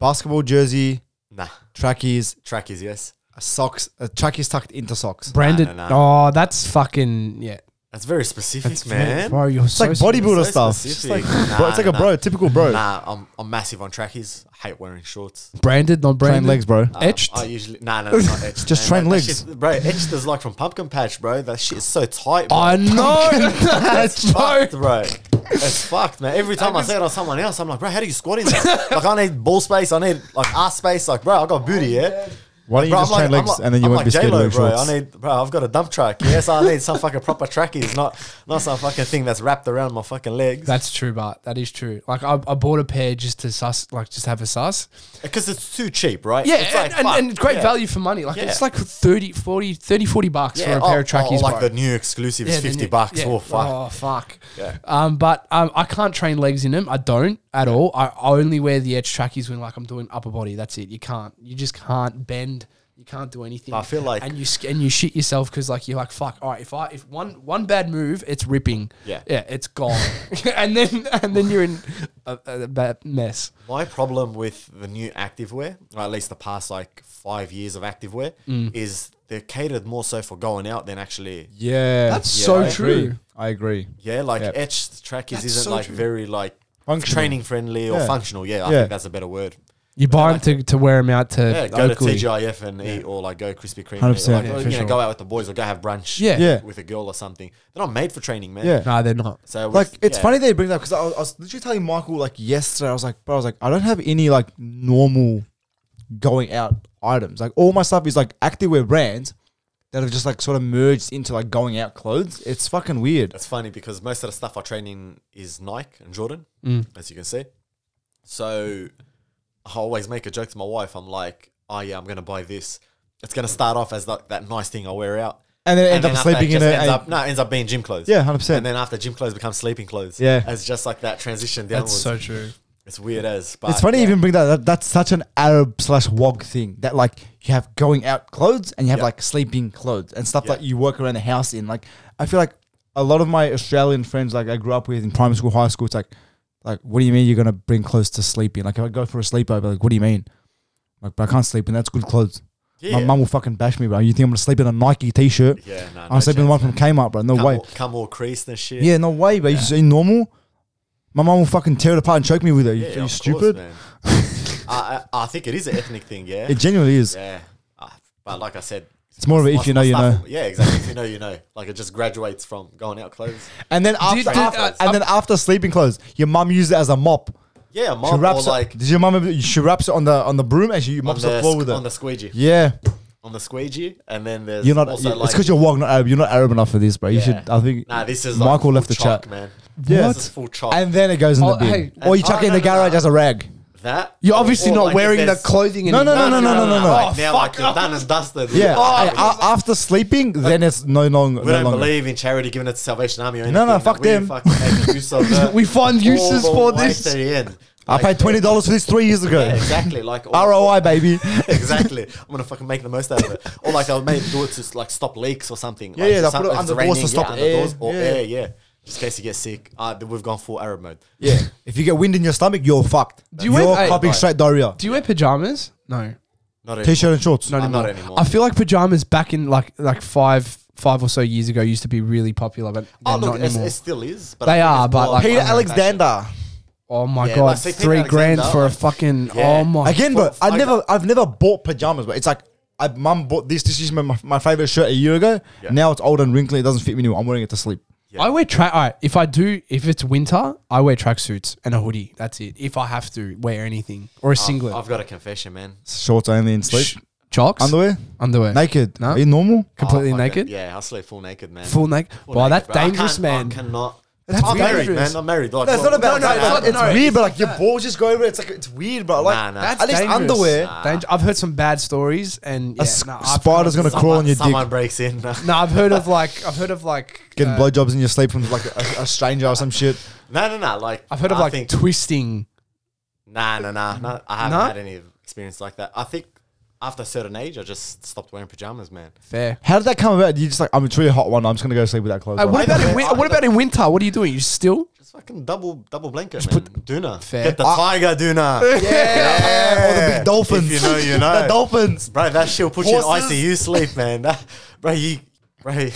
Basketball jersey,
Nah.
trackies,
Track is yes.
socks. Uh, trackies tucked into socks.
Brandon,
Nah, nah, nah.
oh, that's fucking yeah,
That's very specific, man.
bro. You're
It's
so
like bodybuilder
so
stuff. It's just like,
specific.
bro, it's like a
Nah,
bro,
nah.
typical bro.
Nah, I'm, I'm massive on trackies. I hate wearing shorts.
branded, not
Plain
branded.
legs, bro.
Um,
Etched?
I usually nah, no,
*laughs*
it's not etched.
Just
man.
train
That-
legs.
that shit's- bro. Etched is like from pumpkin patch, bro. That shit is so tight. Bro.
I know
*laughs* It's
that's bro.
*laughs*
fucked, bro. It's fucked, man. Every time I see it on someone else, I'm like, bro, how do you squat in that? like, I need ball space. I need like ass space. Like, bro, I got booty, yeah.
Why don't you
Bro,
just
I'm
train
like-
legs
I'm like-
and then you
I'm
won't
like
be scared of
J-Lo,
wearing
bro.
shorts?
I need, bro. I've got a dump truck. Yes, I need some fucking proper trackies, not not some fucking thing that's wrapped around my fucking legs.
That's true, but that is true. Like I, I bought a pair just to sus, like just have a sus.
Because it's too cheap, right?
Yeah,
it's
and, and,
fuck,
and it's great
yeah.
value for money. Like
Yeah.
it's like 30, 40, 30, 40 bucks
Yeah,
for a pair
oh,
of trackies.
oh, like
bro.
the new exclusive
Yeah,
is
the
fifty
new-
bucks.
yeah.
Oh fuck!
Oh fuck.
Yeah.
Um, but um, I can't train legs in them. I don't at all. I only wear the edge trackies when like I'm doing upper body. That's it. You can't. You just can't bend. You can't do anything.
I feel like-
and you sc- and you shit yourself because like you're like fuck. All right, if I if one one bad move, it's ripping.
Yeah.
Yeah, it's gone. and then and then you're in a, a bad mess.
My problem with the new activewear, or at least the past like five years of activewear,
Mm.
is they're catered more so for going out than actually.
Yeah,
That's so
I
true.
agree. I agree.
Yeah, like
Yep.
etched trackies
That's
isn't
so
like
true.
very like
Functional.
training friendly or
Yeah.
functional. Yeah, I
Yeah.
think that's a better word.
You buy them to, to wear them out to
Yeah, go
Oakley.
to TGIF and eat, or like go Krispy Kreme, or
100%,
like,
yeah,
you
for
know,
sure.
go out with the boys or go have brunch.
Yeah.
Yeah.
with a girl or something. They're not made for training, man.
Yeah.
No, they're not.
So with-
Like it's
yeah.
funny they bring that because I, was- I was literally telling Michael like yesterday. I was like, bro, I was like, I don't have any like normal going out items. Like all my stuff is like activewear brands that have just like sort of merged into like going out clothes. It's fucking weird.
It's funny because most
Mm.
of the stuff I train in is Nike and Jordan, as you can see. So I always make a joke to my wife. I'm like, oh yeah, I'm gonna buy this. It's gonna start off as that, that nice thing I wear out,
And then end up
after
sleeping in
just
it
Ends
and-
up, no, it ends up being gym clothes.
Yeah, 100%.
And then after gym clothes becomes sleeping clothes.
Yeah.
it's just like that transition
That's
downwards.
so true.
it's weird as. But
It's funny
yeah.
you even bring that, that. That's such an Arab slash wog thing that like you have going out clothes and you have
Yeah.
like sleeping clothes and stuff
Yeah.
that you work around the house in. Like I feel like a lot of my Australian friends like I grew up with in primary school, high school. It's like like what do you mean you're gonna bring clothes to sleep in? Like if I go for a sleepover, like what do you mean? Like but I can't sleep in. That's good clothes.
Yeah,
My mum will fucking bash me, bro. You think I'm gonna sleep in a Nike t-shirt?
yeah, nah,
I'm sleeping in
chance,
one from
man.
Kmart, bro. No
come
way.
All, come all creased and shit.
Yeah, no way, bro. You see normal. My mum will fucking tear it apart and choke me with it. you,
Yeah,
are you
of course,
stupid?
man. *laughs* I, I I think it is an ethnic thing. Yeah,
it genuinely is.
yeah. Ah, but like I said,
It's more of a if
my-
you know,
my
you
stuff-
know.
Yeah,
*laughs*
exactly. If you know, you know. Like it just graduates from going out clothes.
And then after,
did- uh,
and then after sleeping clothes, your mum uses it as a mop.
Yeah, a
She
mop or
wraps
like
it. Did your mum? ever- She wraps it on the on the broom and she
on
mops the,
the,
floor
sque-
with
on the
it.
squeegee,
Yeah,
on the squeegee, and then there's
you're not.
also
you-
like
it's because you're wog, not Arab. You're not Arab enough for this, bro. You should. I think.
Nah, this is
Michael left
like full
the
chalk,
chat.
man.
Yeah.
this is full chalk.
And then it goes in
Oh,
the bin,
hey.
or you chuck
Oh,
it in the
no, no,
garage
no.
as a rag.
that
You're
or-
obviously
or
not
like if
wearing the
there's-
clothing.
No,
anymore.
no, no, no, no, no.
Like
Oh,
now,
fuck
like you're done and dusted.
Yeah.
Oh, Uh,
I- I- after sleeping, then it's no longer.
we
no
don't
longer.
believe in charity giving it to Salvation Army or anything.
No, no,
like,
fuck
we
them.
fucking make
*laughs*
use of that
We find
all
uses
the
for
way
this.
to the end.
I
Like,
paid twenty dollars for this three years ago.
Yeah,
*laughs*
exactly. Like all-
ROI, baby. *laughs*
*laughs* exactly. I'm gonna fucking make the most out of it. Or like I'll maybe do it to like stop leaks or something.
Yeah,
like
yeah, they'll
some-
put it
if
under
it's
doors to
raining,
stop air,
yeah, under doors or
yeah.
air. Yeah, just in case you get sick. Uh, we've gone full Arab mode.
yeah. If you get wind in your stomach, you're fucked.
Do you
are
wear- hey,
popping
right.
straight diarrhea.
Do you wear pajamas? No.
Not anymore.
T-shirt and shorts.
Not
Uh,
anymore.
not anymore.
I feel like pajamas back in like like five five or so years ago used to be really popular, but
Oh
they're
look,
not
it's,
anymore.
it still is. But
They
I think
are,
it's
but
more
like-
of a
Peter
I'm
fashion.
Alexander.
oh my
Yeah,
god,
like, see, Peter
three grand
Alexander,
for a
like-
fucking
Yeah.
oh my.
Again,
For-
bro, I've
I-
never, I've never bought pajamas, but it's like, I mum bought this. This is my, my, my favorite shirt a year ago.
Yeah.
Now it's old and wrinkly. It doesn't fit me anymore. I'm wearing it to sleep.
Yeah.
I wear track. Alright, if I do, if it's winter, I wear tracksuits and a hoodie. That's it. If I have to wear anything or a singlet,
Oh, I've got a confession, man.
Shorts only in sleep.
Sh- chocks,
Underwear,
underwear,
naked.
No.
Are you normal?
completely
Oh, fuck it.
naked,
Yeah, I sleep full naked, man.
full naked.
Full
Wow,
naked,
that's
bro. I
dangerous,
can't-
man.
I cannot.
That's
I'm married,
dangerous.
man. I'm married. Like,
That's
well,
not about
no, no,
that.
no,
like, it's
no,
weird,
it's
but like your balls just go over. it. It's like it's weird, bro. Like
Nah, nah.
at least
dangerous.
underwear.
Danger- I've heard some bad stories, and yeah,
A sc-
nah, I've-
spider's gonna crawl on your dick.
Someone breaks in. No,
No, I've heard of like I've heard of like
Getting
uh,
blowjobs in your sleep from like a, a stranger or some shit.
no, no. Like
I've heard of
I
like
think-
twisting.
Nah, nah,
Mm.
nah. nah I haven't
Nah?
had any experience like that. I think after a certain age, I just stopped wearing pajamas, man.
Fair.
How did that come about? You just like, I'm a truly hot one. I'm just gonna go sleep without clothes.
Hey,
on.
Uh, what about in
I-
win- what about in winter? What are you doing? You still?
Just fucking double double blanket, man. Duna.
Fair.
Get the
I-
tiger
*laughs*
Duna.
Yeah, or the big dolphins.
If you know, you
*laughs*
know.
the dolphins.
Bro, that shit'll put you in
Horses.
ICU sleep, man. That, bro, you bro, *laughs*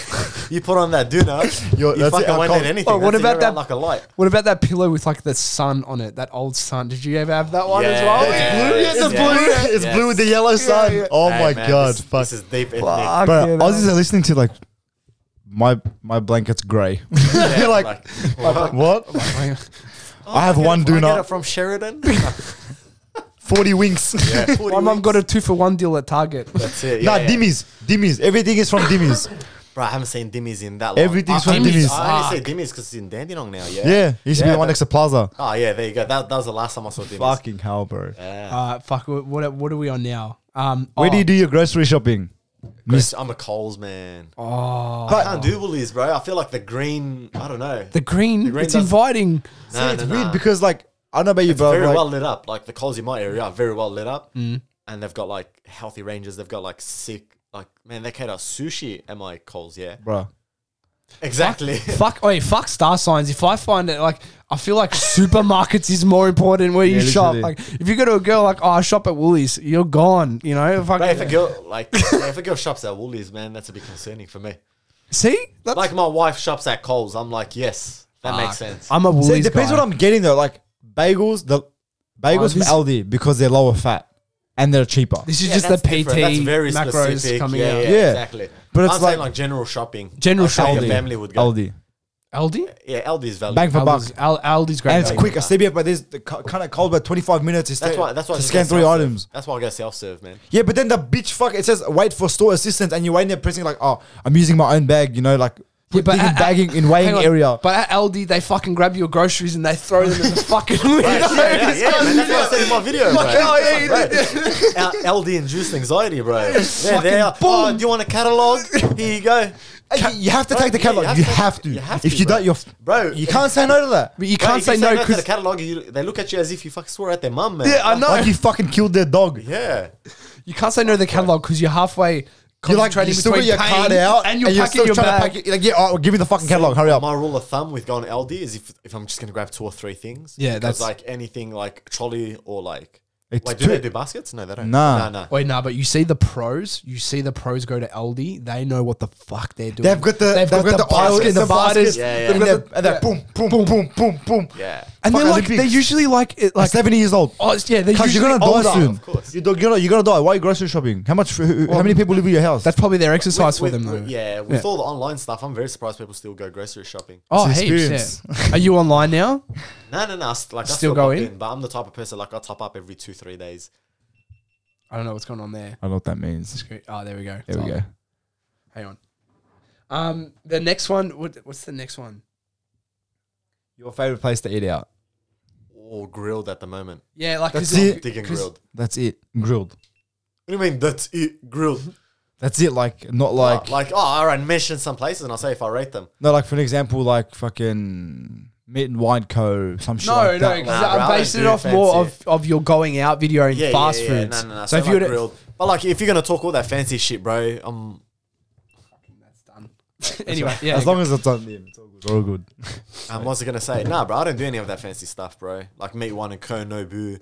you put on that Duna,
*laughs* Yo,
you
that's it,
fucking
I'm
won't
cold.
need anything.
Oh, what
That's it,
about
you're out
that?
Like a light.
What about that pillow with like the sun on it? That old sun. Did you ever have that one as
Yeah.
well?
It's
Yeah.
blue, yeah,
It's
Yes,
blue.
yes,
It's
yes.
blue with the yellow sun.
yeah.
Oh
Hey,
my
man,
god,
this,
fuck.
This is deep
*laughs*
ethnic.
Bro,
Fucking hell.
Aussies are listening to like my my blanket's *laughs* grey.
Yeah,
You're like,
*laughs* what?
what?
Oh,
I have
get it- *laughs*
one
I get
Duna,
it
*laughs*
from Sheridan.
forty winks. *laughs*
*laughs* yeah.
My mum got a two for one deal at Target.
That's it.
nah,
yeah, yeah.
dimmies, dimmies. Everything is
*laughs*
from dimmies.
Bro, I haven't seen Dimmies in that long.
Everything's
I-
from
I-
Dimmies.
I only say Dimmies because it's in Dandenong now, yeah?
yeah, it used to be
Yeah,
the one
that-
next to Plaza.
Oh, yeah, there you go. That, that was the last time I saw Dimmies.
Fucking hell, bro.
Yeah.
Uh, fuck. What what- what are we on now? Um,
Where
oh,
do you do your grocery shopping? Miss.
I'm a Coles man.
Oh,
I can't do Woolies, bro. I feel like the green, I don't know.
the green.
green
it's
doesn't-
inviting.
Nah,
it's
nah,
weird
nah.
because like I don't know about you,
It's
bro.
very
like, Mm.
well lit up. Like the Coles in my area are very well lit up. And they've got like healthy ranges. They've got like sick, like, man, they cater sushi at my Coles, yeah.
bro.
Exactly.
Fuck. Oh, fuck star signs. If I find it like. I feel like supermarkets is more important where you
Yeah,
shop.
literally.
Like, if you go to a girl like, "Oh, I shop at Woolies," you're gone. You know, fuck,
*laughs* Bro, if a girl, like, yeah, if a girl shops at Woolies, man, that's a bit concerning for me.
see, that's
Like, my wife shops at Coles. I'm like, yes, that makes
Fuck.
sense.
I'm a Woolies
So it depends
guy.
what I'm getting though. Like bagels, the
Oh,
bagels from
this-
Aldi because they're lower fat and they're cheaper.
This is
Yeah,
just the
that's
PT
different. That's very
macros
specific.
coming
yeah,
out.
Yeah,
Yeah.
exactly.
But
But
it's
it's I'm saying
like-
like general shopping.
General
That's how your
shopping.
family would go.
Aldi,
Aldi?
Yeah, Aldi's value.
bang for buck,
Aldi's, Al- Aldi's great.
and it's
value.
quick. I see it, but there's the kind of cold, but 25 minutes. Is
That's
to,
why. That's why. I
to
just
scan
go
three
self-serve.
items.
That's why I go self
*laughs*
serve, man.
Yeah, but then the bitch fuck. It says wait for store assistance, and you wait there pressing like, oh, I'm using my own bag. You know, like
Yeah, but
in
at-
bagging in weighing
Hang on,
area.
But at Aldi, they fucking grab your groceries and they throw them
*laughs*
in the fucking window.
yeah, yeah, man, that's what I said
*laughs*
in my video, bro.
Fucking- oh, yeah, you
Bro,
did,
L- LD induced
*laughs*
anxiety, bro. Yeah,
Fucking
they are. Oh,
boom.
do you want a catalog? Here you go.
Hey, you have to take the
yeah,
catalog. You have to.
You have
If
to,
you
bro.
don't, you're
Bro.
You can't say no to that.
But you
Bro,
can't
if
say no
to the
because
catalog. You, they look at you as if you fucking swore at their mum, man.
yeah, I know.
Like you fucking killed their dog.
Yeah.
you can't say no to the catalog because you're halfway
You're like trying
concentrating
to still got
between
your
paying
card out
and you're packing
still
your
trying
bag.
to pack it. You're Like, yeah, all right, well, give me the fucking catalog. Hurry up.
My rule of thumb with going LD is if, if I'm just gonna grab two or three things.
Yeah,
because
that's-
like anything like trolley or like.
It's
Wait, do they
two.
do baskets? No, they don't.
Nah.
nah, nah.
Wait, nah, but you see the pros. You see the pros go to Aldi. They know what the fuck they're doing.
They've got the
they've got, the, aisles
baskets,
and the
baskets,
barters.
Yeah, yeah.
they've
And
got
they're,
the- and they're boom, boom, boom, boom, boom, boom.
Yeah.
and they're
Fucking
like they're
Olympics.
usually like it,
Like
like
seventy years old.
oh it's- yeah they're
Because you're
usually
gonna die
older.
soon.
Of course.
You're, you're, gonna, you're gonna die. Why are you grocery shopping? How much? Who, who- how many people live in your house?
That's probably their exercise
With-
for them though.
with- Yeah, with all the online stuff, I'm very surprised people still go grocery shopping.
Oh,
It's
heaps.
experience.
Yeah. Are you online now?
No, no, no. Like, I still, go in. but I'm the type of person like I top up every two, three days.
I don't know what's going on there.
*laughs* I don't know what that means.
Oh, there we go.
There
It's
we go.
on. Hang on. Um, the next one. What, what's the next one?
Your favorite place to eat out?
Or grilled at the moment.
Yeah, like
That's
'cause
it.
Digging
'cause-
grilled.
That's it. Grilled.
What do you mean? That's it,
*laughs*
grilled.
That's it. Like not like
Like, like oh, all right, mesh in some places, and I'll say if I rate them.
no like for an example like fucking meat and wine co some shit.
No,
like
no,
that.
'cause
Nah, bro, I
I'm basing it
don't
off
do
more
fancy.
of, of your going out video and
Yeah,
fast
yeah, yeah,
foods.
No, no, no.
So, if you
like
were to,
grilled, but like if you're gonna talk all that fancy shit, bro, um,
that's
*laughs*
done. *laughs* anyway, yeah.
as long as it's on them, it's all good. All good.
um, what's it gonna say? Nah, bro, I don't do any of that fancy stuff, bro. Like meat one and Konobu.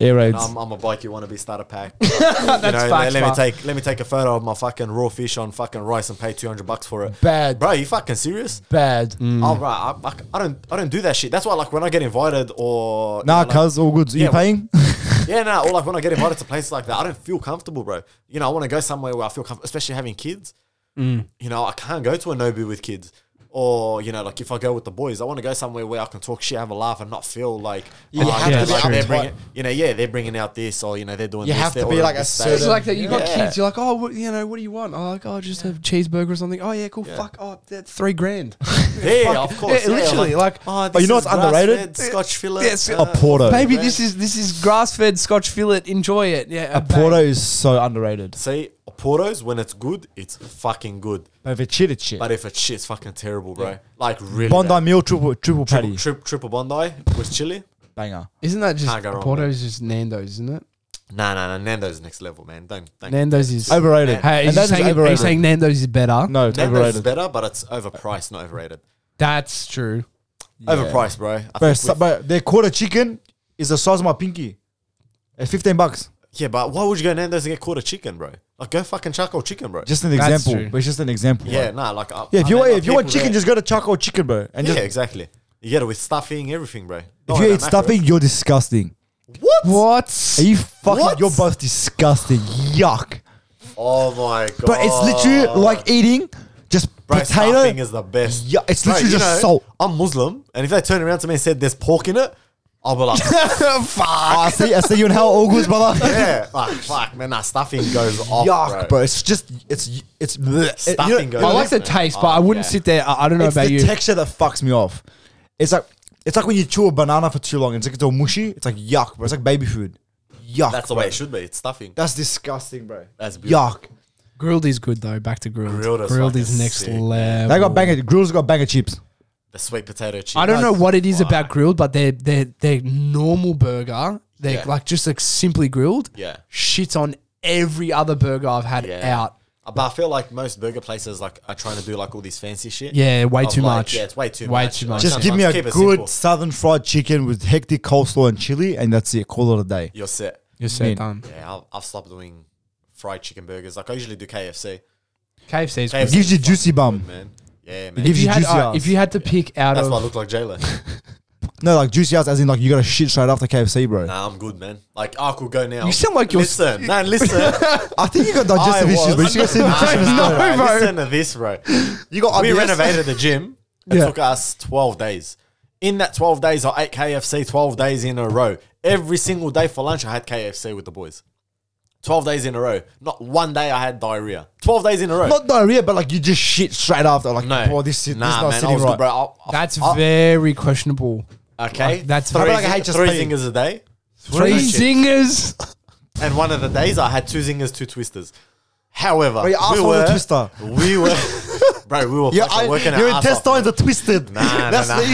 Air raids.
I'm, I'm a bike you wanna be starter pack.
*laughs*
*laughs*
that's
you know,
facts,
let, let me
bro.
take let me take a photo of my fucking raw fish on fucking rice and pay two hundred bucks for it.
Bad.
bro, you fucking serious?
Bad.
Hmm.
Oh right, I, I- I don't I don't do that shit. That's why like when I get invited or you
Nah,
know, like-
cuz all good. Are
Yeah,
you paying? *laughs*
yeah, nah, or like when I get invited to places like that, I don't feel comfortable, bro. You know, I want to go somewhere where I feel comfortable, especially having kids.
Mm.
You know, I can't go to a Nobu with kids. Or you know, like if I go with the boys, I want to go somewhere where I can talk shit, have a laugh, and not feel like
You
oh,
have
know,
to be
like,
true.
they're bringing, you know, yeah, they're bringing out this, or you know, they're doing.
You
this,
have to
they're
be,
ordering
like, a
this, that.
certain-
it's like that. You got
Yeah.
kids. You're like, oh, what, you know, what do you want? Oh, like, oh, just have cheeseburger or something. Oh, yeah, cool. Fuck. Oh, that's *laughs* three grand.
Yeah, of course.
Yeah, literally, like-
oh,
But you know
is
what's underrated?
grass-fed Scotch fillet.
Yeah, it's-
a Oh, Porto.
Baby,
grand.
this is this is grass fed Scotch fillet. Enjoy it. Yeah, *laughs*
A Porto is so underrated.
See, Portos when it's good, it's fucking good.
But if it's shit, it's shit.
But if it's shit, it's fucking terrible, bro. Like really
Bondi
bad.
meal triple triple patty
triple, trip, triple Bondi with chili.
banger.
Isn't that just
Can't go wrong,
Porto's? Just Nando's, isn't it?
Nah, nah, nah. Nando's next level, man. Don't. don't.
Nando's is
Overrated.
Hey, are
and
you,
that's
saying, are you
overrated.
saying Nando's is better?
no, it's
Nando's is
overrated.
better, but it's overpriced, not overrated.
That's true.
Overpriced, bro. I think
Bro,
we've-
so, but their quarter chicken is the size of my pinky. At fifteen bucks.
yeah, but why would you go Nando's and get quarter chicken, bro? Like, go fucking charcoal chicken, bro.
Just an
That's
example.
true.
But it's just an example.
yeah,
Like,
nah, like I,
yeah. If
I
you
know
want,
my
if you want
people
chicken,
that-
just go to charcoal chicken, bro. And
yeah,
just
exactly. You get it with stuffing, everything, bro.
if you eat stuffing, you're disgusting.
what?
What?
Are you fucking?
What?
You're both disgusting. Yuck.
Oh my god,
But it's literally like eating just
Oh. Bro, stuffing
potato.
is the best.
Yeah, it's
Bro,
literally
you
just
know,
salt.
I'm Muslim, and if they turn around to me and said there's pork in it, I'll be like,
I
fuck.
Ah, see. I see you in hell. All good, brother.
*laughs* yeah, like, fuck, man, that stuffing goes off.
Yuck,
bro.
bro. It's just it's it's
Stuffing
you know-
goes
you
I
know,
like the
Yeah.
taste, but
Oh,
I wouldn't
yeah.
sit there. I, I don't know
it's
about
the
you.
texture that fucks me off. It's like it's like when you chew a banana for too long. It's like it's all mushy. It's like yuck, bro. It's like baby food. Yuck.
That's the
bro.
way it should be. It's stuffing.
That's disgusting, bro.
That's beautiful.
Yuck.
grilled is good though. Back to grilled.
Grilled is fucking
is next
sick,
level.
They got banger. Grills got banger chips.
The sweet potato chips.
I don't know what it is about
Fuck.
grilled, but their their their normal burger, they're
Yeah.
like just like simply grilled.
Yeah.
Shits on every other burger I've had
Yeah.
out.
Uh, But I feel like most burger places like are trying to do like all these fancy shit.
Yeah, way
Of,
too
like,
much.
Yeah, it's way too
Way
much.
too
Like,
much.
Just give me
sometimes
a
keep it
good
simple.
southern fried chicken with hectic coleslaw and chili, and that's it. Call it a day.
You're set.
You're so
Man.
done.
Yeah, I've, I've stopped doing fried chicken burgers. Like I usually do KFC.
KFC's
KFC
good.
It gives you
is
juicy
fucking
bum.
good, man. Yeah,
It
man.
If
gives you
you, had,
juicy
uh,
ass.
if you had to pick out
That's
of
why I look
*laughs*
like Jayla.
no, like juicy ass, as in like you got to shit straight after KFC, bro.
nah, I'm good, man. Like I could go now.
You sound like you're-
listen. No,
*laughs*
listen.
I think you got digestive
*laughs* I
issues, but
was-
you got nutritionist.
No,
later.
bro.
Listen to this,
*laughs*
bro.
You got
we
IBS?
renovated
*laughs*
the gym. It
Yeah.
took us 12 days. In that 12 days, I ate KFC 12 days in a row. Every single day for lunch, I had KFC with the boys. 12 days in a row. Not one day I had diarrhea. 12 days in a row.
Not diarrhea, but like you just shit straight after. Like,
no.
oh, this, shit- this not
nah, man, I
sitting
was
right.
good, bro. I'll- I'll-
That's
I'll-
very questionable.
okay.
that's
three,
How
about like a
zing- three
HSP?
zingers a day.
Three
shit.
zingers.
And one of the days I had two zingers, two twisters. However,
Bro, your
we
asshole was a
were,
twister. *laughs*
we were, bro, we were
Your,
fucking working
your
our ass off,
intestines are twisted.
Nah,
*laughs*
nah,
That's
nah.
the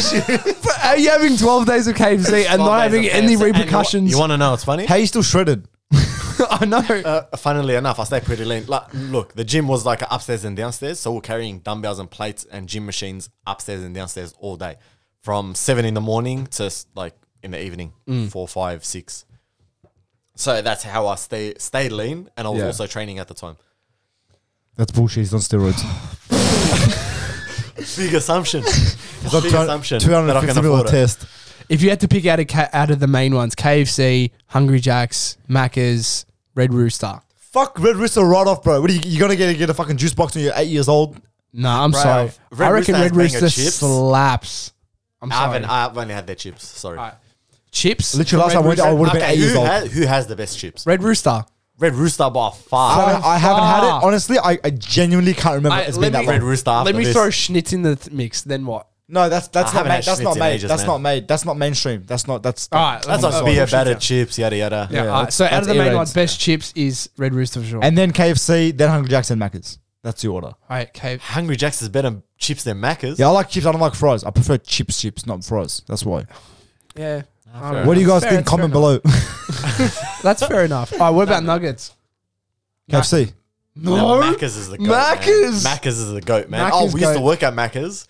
issue.
Are you having 12 days of KFC and not
bro. 12 days
having
of
any
KFC. And
repercussions?
You, want to know what's funny?
How you still shredded?
*laughs* I know.
Uh, funnily enough, I stay pretty lean. Like, look, the gym was like upstairs and downstairs, so we're carrying dumbbells and plates and gym machines upstairs and downstairs all day, from seven in the morning to s- like in the evening,
Mm.
four, five, six. So that's how I stay stayed lean, and I was
Yeah.
also training at the time.
That's bullshit. He's on steroids.
*laughs*
Big assumption.
Got
Big assumption. that I can
250 mil
afford
a
it.
test.
If you had to pick out of ca- out of the main ones, KFC, Hungry Jacks, Macca's, Red Rooster.
Fuck Red Rooster right off, bro. What are you, you're gonna get, get a fucking juice box when you're eight years old?
Nah, I'm
Bro,
sorry.
Red
I
Rooster
reckon
has
Red
banger
Rooster
chips.
slaps. I'm
I
sorry.
haven't. I've only had their chips. Sorry.
Alright. Chips.
Literally last
from
time I
Red
went, I
Rooster-
would have been
Okay,
eight years
who
old.
has, who has the best chips?
Red Rooster.
Red Rooster by far.
I haven't, I haven't
Ah.
had
fuck.
it. Honestly, I, I genuinely can't remember.
I-
it's
let
been
me-
that
Red
long.
Rooster. After
Let me
this.
throw Schnitz in the th- mix. Then what?
No, that's that's not
I haven't
made,
had
that's
Schnitz
not
in
made.
ages,
that's
man.
not made. That's not mainstream. That's not that's
All right,
That's
that's
like
fine.
beer,
Bullshit,
batter,
yeah.
chips, yada yada.
Yeah.
Yeah,
alright,
that's-
so out
that's
of the main
A-rated.
ones, best chips is Red Rooster for sure.
And then KFC, then Hungry Jacks and Macca's. That's the order.
All right, K-
Hungry Jack's is better chips than Macca's. *laughs*
Yeah, I like chips. I don't like fries. I prefer chips, chips, not fries. That's why.
yeah. I don't
What do you
know.
guys
Fair-
think?
fair
Comment
enough.
below. *laughs*
That's fair enough. All right, what about Nuggets?
KFC.
No, Macca's is the goat.
Macca's.
Man. Macca's is the goat, man.
Macca's
oh, we used to
goat.
work at Macca's.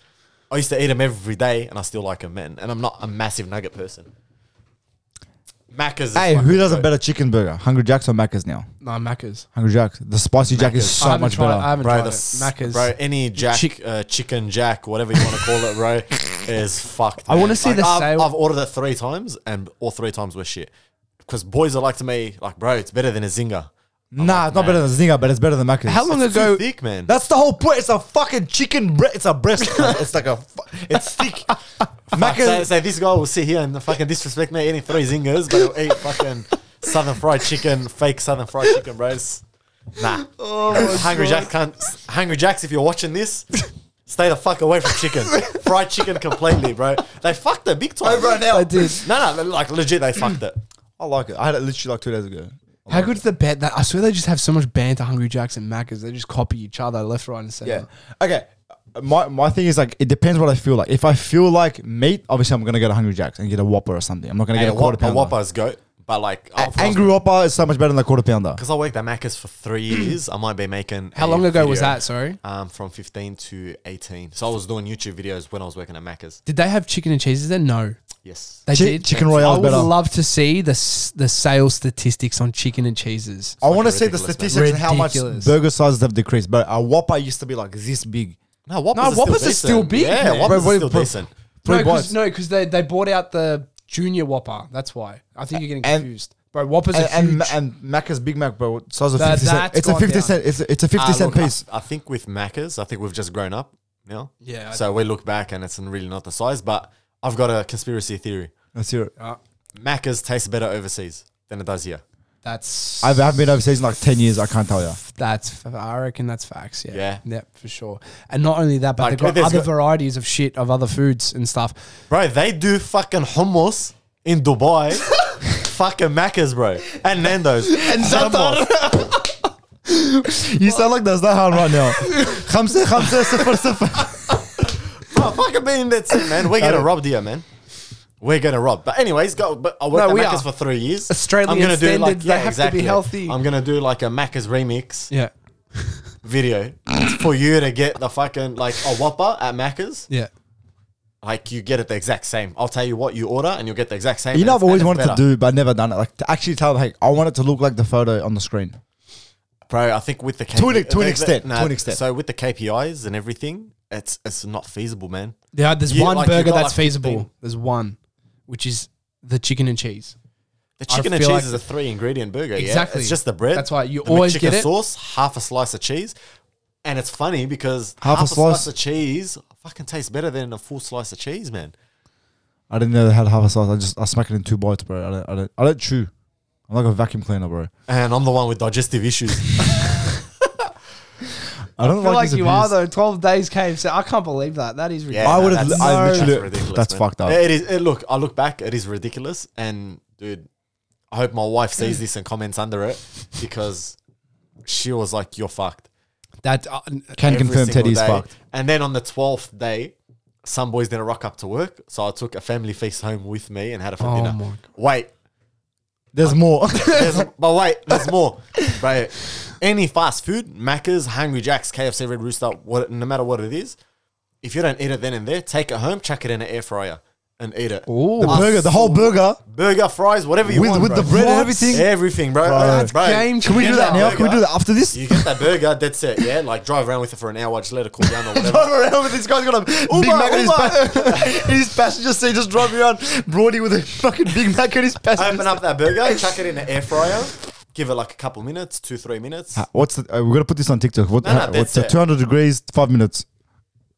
I used to eat them every day, and I still like them, man. And I'm not a massive nugget person. Macca's. Is
Hey, who
fucking
does a
goat.
better chicken burger? Hungry Jacks or Macca's now?
No, Macca's.
Hungry Jacks. The spicy Jack is
Macca's.
I
so
haven't
much
tried,
better.
I haven't
Bro,
tried
the
it.
s-
Macca's.
bro, any jack,
Chick-
uh, chicken jack, whatever you want to call it, bro, is fucked.
I wanna
man.
see
Like,
the
I've,
sale-
I've ordered it three times, and all three times were shit. Because boys are like to me, like, bro, it's better than a zinger.
Nah, it's not better than Zinger, but it's better than Macca's.
How long
It's
ago?
too thick, man.
That's the whole point. It's a fucking chicken breast. It's a breast. it's like a. Fu- it's thick.
So,
Macca's.
so this guy will sit here and fucking disrespect me eating three zingers, but he'll eat fucking southern fried chicken, fake southern fried chicken, bros. Nah.
Oh
Hungry Jacks can't. Hungry Jacks, if you're watching this, stay the fuck away from chicken. fried chicken completely, bro. They fucked it big time.
Over an hour.
I did.
No, no, like legit, they fucked it.
I like it. I had it literally like two days ago.
How good's the bet that I swear they just have so much banter. Hungry Jacks and Macca's, they just copy each other left, right, and center.
Yeah. Okay. My my thing is like it depends what I feel like. If I feel like meat, obviously I'm gonna go to Hungry Jacks and get a Whopper or something. I'm not gonna
Hey,
get
a,
a quarter
whop- a
pounder.
Whopper's goat, but like.
A- Angry Whopper is so much better than the quarter pounder.
Because I worked at Macca's for three years, I might be making.
Mm. How
a
long ago was
video,
that? Sorry.
Um, from 15 to 18. So I was doing YouTube videos when I was working at Macca's.
Did they have chicken and cheeses then? No,
Yes.
they
Chi-
did.
Chicken
I
Royale
would
is better.
love to see the s- the sales statistics on chicken and cheeses.
I want to
fucking
see the
ridiculous, man.
statistics and how much
Ridiculous.
burger sizes have decreased. But a Whopper used to be like this big.
No, Whoppers,
No,
are,
Whoppers
still
are still
decent.
big,
Yeah,
man.
Whoppers
Bro,
are still
bro,
decent.
No,
Three bites.
because they they bought out the junior Whopper. That's why. I think you're getting
and-
confused, bro. Whoppers are
and, and,
huge.
and Macca's Big Mac, bro, size of
That-
50 cent.
that's
It's a
gone
50
down.
cent. It's a, it's a 50
Ah,
cent
look, I-
piece.
I, think with Macca's, I think we've just grown up now.
Yeah, I
So we look back and it's really not the size, but I've got a conspiracy theory.
Let's hear it.
Uh,
Macca's tastes better overseas than it does here.
that's
I've, I haven't been overseas in like 10 years. I can't tell you.
That's I reckon that's facts. Yeah.
Yeah.
for sure. And not only that, but *laughs*
Like,
they've got
there's
other
got-
varieties of shit of other foods and stuff.
Bro, they do fucking hummus in
*laughs*
Dubai. fucking Macca's, bro. And Nando's. and Zatar.
You sound like that's not hard right *laughs* now. Khamsa, khamsa, sifar, sifar.
Bro, fucking being that's it, man. We're
Uh,
getting robbed here, man. We're gonna rob, but anyways, go. But I worked
No,
at
we
Macca's
are.
for three years.
Australian standards, they have to be healthy.
I'm gonna do like a Macca's remix.
Yeah,
video for you to get the fucking like a Whopper at Macca's.
yeah.
Like you get it the exact same. I'll tell you what you order and you'll get the exact same.
You
and
know, I've
it's-
always
and it's
wanted to
better.
do, but I've never done it. Like to actually tell, hey, I want it to look like the photo on the screen.
bro. I think with the KP-
To an- to an
they- they-
extent,
nah,
to an extent.
So with the KPIs and everything, it's it's not feasible, man.
Yeah, there's
You-
one
like, you
burger
got,
that's
like,
feasible.
15.
There's one, which is the chicken and cheese.
The
I
chicken and cheese
feel like-
is a three ingredient burger. Yeah?
Exactly.
It's just the bread.
That's why you
the
always
McChicken
get it.
sauce, half a slice of cheese, and it's funny because half,
Half a
a slice.
slice.
of cheese fucking tastes better than a full slice of cheese, man.
I didn't know they had half a slice. I just I smack it in two bites, bro. I don't, I don't, I don't chew. I'm like a vacuum cleaner, bro.
And I'm the one with digestive issues.
I don't
I feel like
this
you are
abuse.
though. Twelve days KFC. I can't believe that. That is ridiculous.
I would've-
that's-
I
that's
literally-
ridiculous,
that's fucked up.
It is. It, look, I look back. It is ridiculous. And dude, I hope my wife sees this and comments under it because she was like, "You're fucked."
That uh,
Can
every
confirm
single
Teddy's
day.
fucked.
And then on the twelfth day, some boys didn't rock up to work, so I took a family feast home with me and had it for
Oh
dinner.
my God.
Wait,
There's more.
there's, but wait, there's more. Right, any fast food, Macca's, Hungry Jacks, KFC, Red Rooster, what, no matter what it is, if you don't eat it then and there, take it home, chuck it in an air fryer, and eat it.
Ooh.
the burger, the whole burger
Burger, fries, whatever you
with
want,
with
bro.
the bread and
What?
everything.
everything, bro.
Bro.
That's bro.
game
Can we do
changer.
that now? Can we do that after this? *laughs*
You get that burger, that's it. Yeah, like drive around with it for an hour, just let it cool down or whatever.
Drive around with this guy's got a Big
Uber,
Mac in his,
Uber.
pa- *laughs* in his passenger seat, just driving around Brody with a fucking Big Mac in his passenger.
Open up that burger, chuck it in an air fryer, give it like a couple minutes, two three minutes.
Uh, What's the, uh, we're gonna put this on TikTok? What,
No, no,
uh,
that's
what's the
it.
200 degrees, five minutes,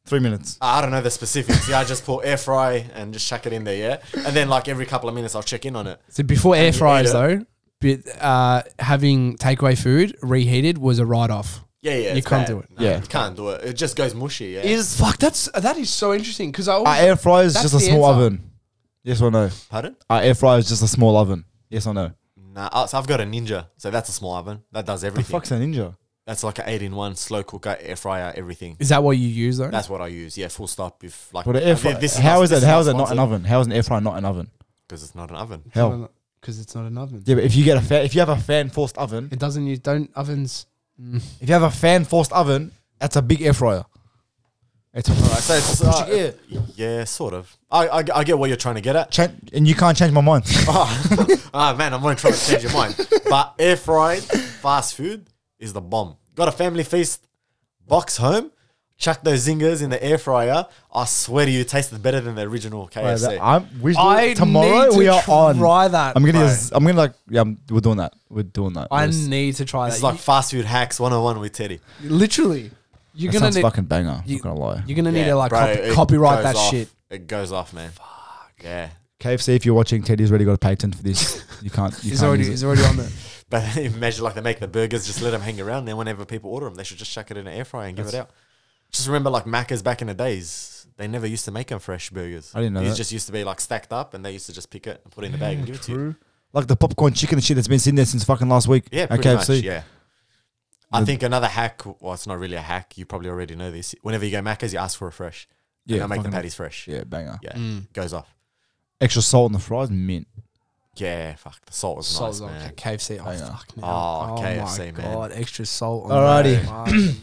three minutes?
Ah, I don't know the specifics. Yeah, I just pour air fry and just chuck it in there. Yeah, and then like every couple of minutes, I'll check in on it.
So before air
you
fries
eat
though, bit, uh, having takeaway food reheated was a write off.
Yeah, yeah,
You
it's
can't
bad.
do it.
No,
Yeah.
you can't do it. It just goes mushy. Yeah,
Is fuck that's that is so interesting because I
Our
always,
air fryer is
Uh, That's
just a
the
small
answer.
oven. Yes or no?
pardon?
Our air fryer is just a small oven. Yes or no?
Nah, I- so I've got a Ninja, so that's a small oven that does everything.
Fuck's a ninja.
That's like an eight-in-one slow cooker, air fryer, everything.
is that what you use though?
That's what I use. Yeah, full stop. If like,
But an air fryer, how is that? How is that not an oven? How is an air fryer not an oven?
Because it's not an oven.
Hell,
because it's not an oven.
yeah. But if you get a fan, if you have a fan forced oven,
It doesn't use don't ovens.
if you have a fan forced oven, that's a big air fryer. It's
Right, so it's, uh, yeah, sort of. I, I I get what you're trying to get at.
Chan- and you can't change my
*laughs*
mind.
Oh, ah, man, I'm going to try to change your mind. But air fried fast food is the bomb. Got a family feast, box home, chuck those zingers in the air fryer. I swear to you, it tasted better than the original
Bro,
KFC.
that- I'm, we
I
tomorrow
need to
we are on.
try that.
I'm gonna.
Bro.
Use, I'm gonna like. Yeah, I'm, we're doing that. We're doing that.
I
Yes.
need to try that.
it's like fast food hacks 101 with Teddy.
You- literally, you're
that
gonna
sounds
need
fucking banger.
you-
I'm not gonna lie.
you're gonna need
Yeah,
to like
bro,
copy,
it
copyright
goes
that
off.
shit.
It goes off, man. Fuck. Yeah.
KFC, if you're watching, Teddy's already got a patent for *laughs* this. You can't. You
He's
can't
already
use
he's
it.
already on
*laughs*
the.
But *laughs* imagine like they make the burgers, just let them hang around. Then whenever people order them, they should just chuck it in an air fryer and give it out. Just remember like Macca's back in the days. They never used to make them fresh burgers.
I didn't know
These
that.
just used to be like stacked up, and they used to just pick it and put it in the bag and give it to you.
Like the popcorn chicken and shit that's been sitting there since fucking last week.
Yeah,
at
pretty
KFC.
much. Yeah. I think another hack. Well, it's not really a hack. You probably already know this. Whenever you go Macca's, you ask for a fresh.
Yeah,
Yeah, I make the
fucking-
patties fresh. Yeah,
Yeah, banger.
Mm.
goes off.
Extra salt on the fries, mint.
Yeah, fuck. The salt was
Salt
nice,
on
man.
KFC. Oh,
Hang on.
fuck now.
Oh, KFC, man.
Extra salt. On
*laughs*
Alrighty.
that.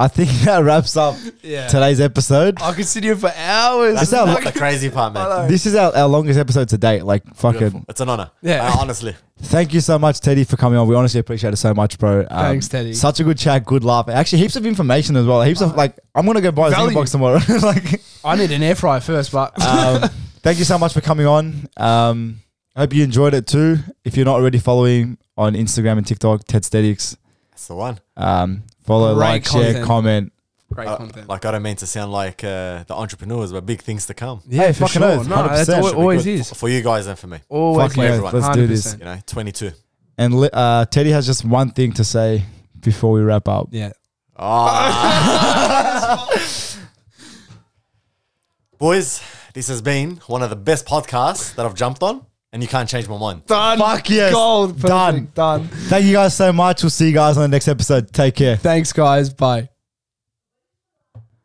I think *laughs* that wraps up
yeah.
today's episode.
I could sit here for hours.
That's,
*laughs*
Is that- *laughs*
that's the crazy part, man.
This is our, our longest episode to date. Like fucking.
Beautiful. It's an honor.
Yeah.
Uh, honestly.
Thank you so much, Teddy, for coming on. We honestly appreciate it so much, bro. Um,
Thanks, Teddy. Uh,
Such a good chat, good laugh. Actually, heaps of information as well. Heaps of like, I'm gonna go buy a
Value.
Zinger box tomorrow. *laughs* like,
I need an air fryer first, but *laughs*
um, thank you so much for coming on. Um, I hope you enjoyed it too. If you're not already following on Instagram and TikTok, Tedstetics,
That's the one.
um, follow,
Great
like, share,
content.
comment. *laughs*
great
Uh,
content.
like I don't mean to sound like uh, the entrepreneurs, but big things to come
yeah,
Hey, fucking oath,
No, that's
100%.
al-
Should be
always
Good.
is.
for you guys and for me.
Always
Fucking
is.
oath, let's do this.
100%.
You know, 22.
And li- uh, Teddy has just one thing to say before we wrap up.
Yeah.
Ah. *laughs* Boys, this has been one of the best podcasts that I've jumped on, and you can't change my mind.
Done.
Fuck yes.
Gold.
Done.
Perfect. Done.
Thank you guys so much. We'll see you guys on the next episode. Take care.
Thanks, guys. Bye.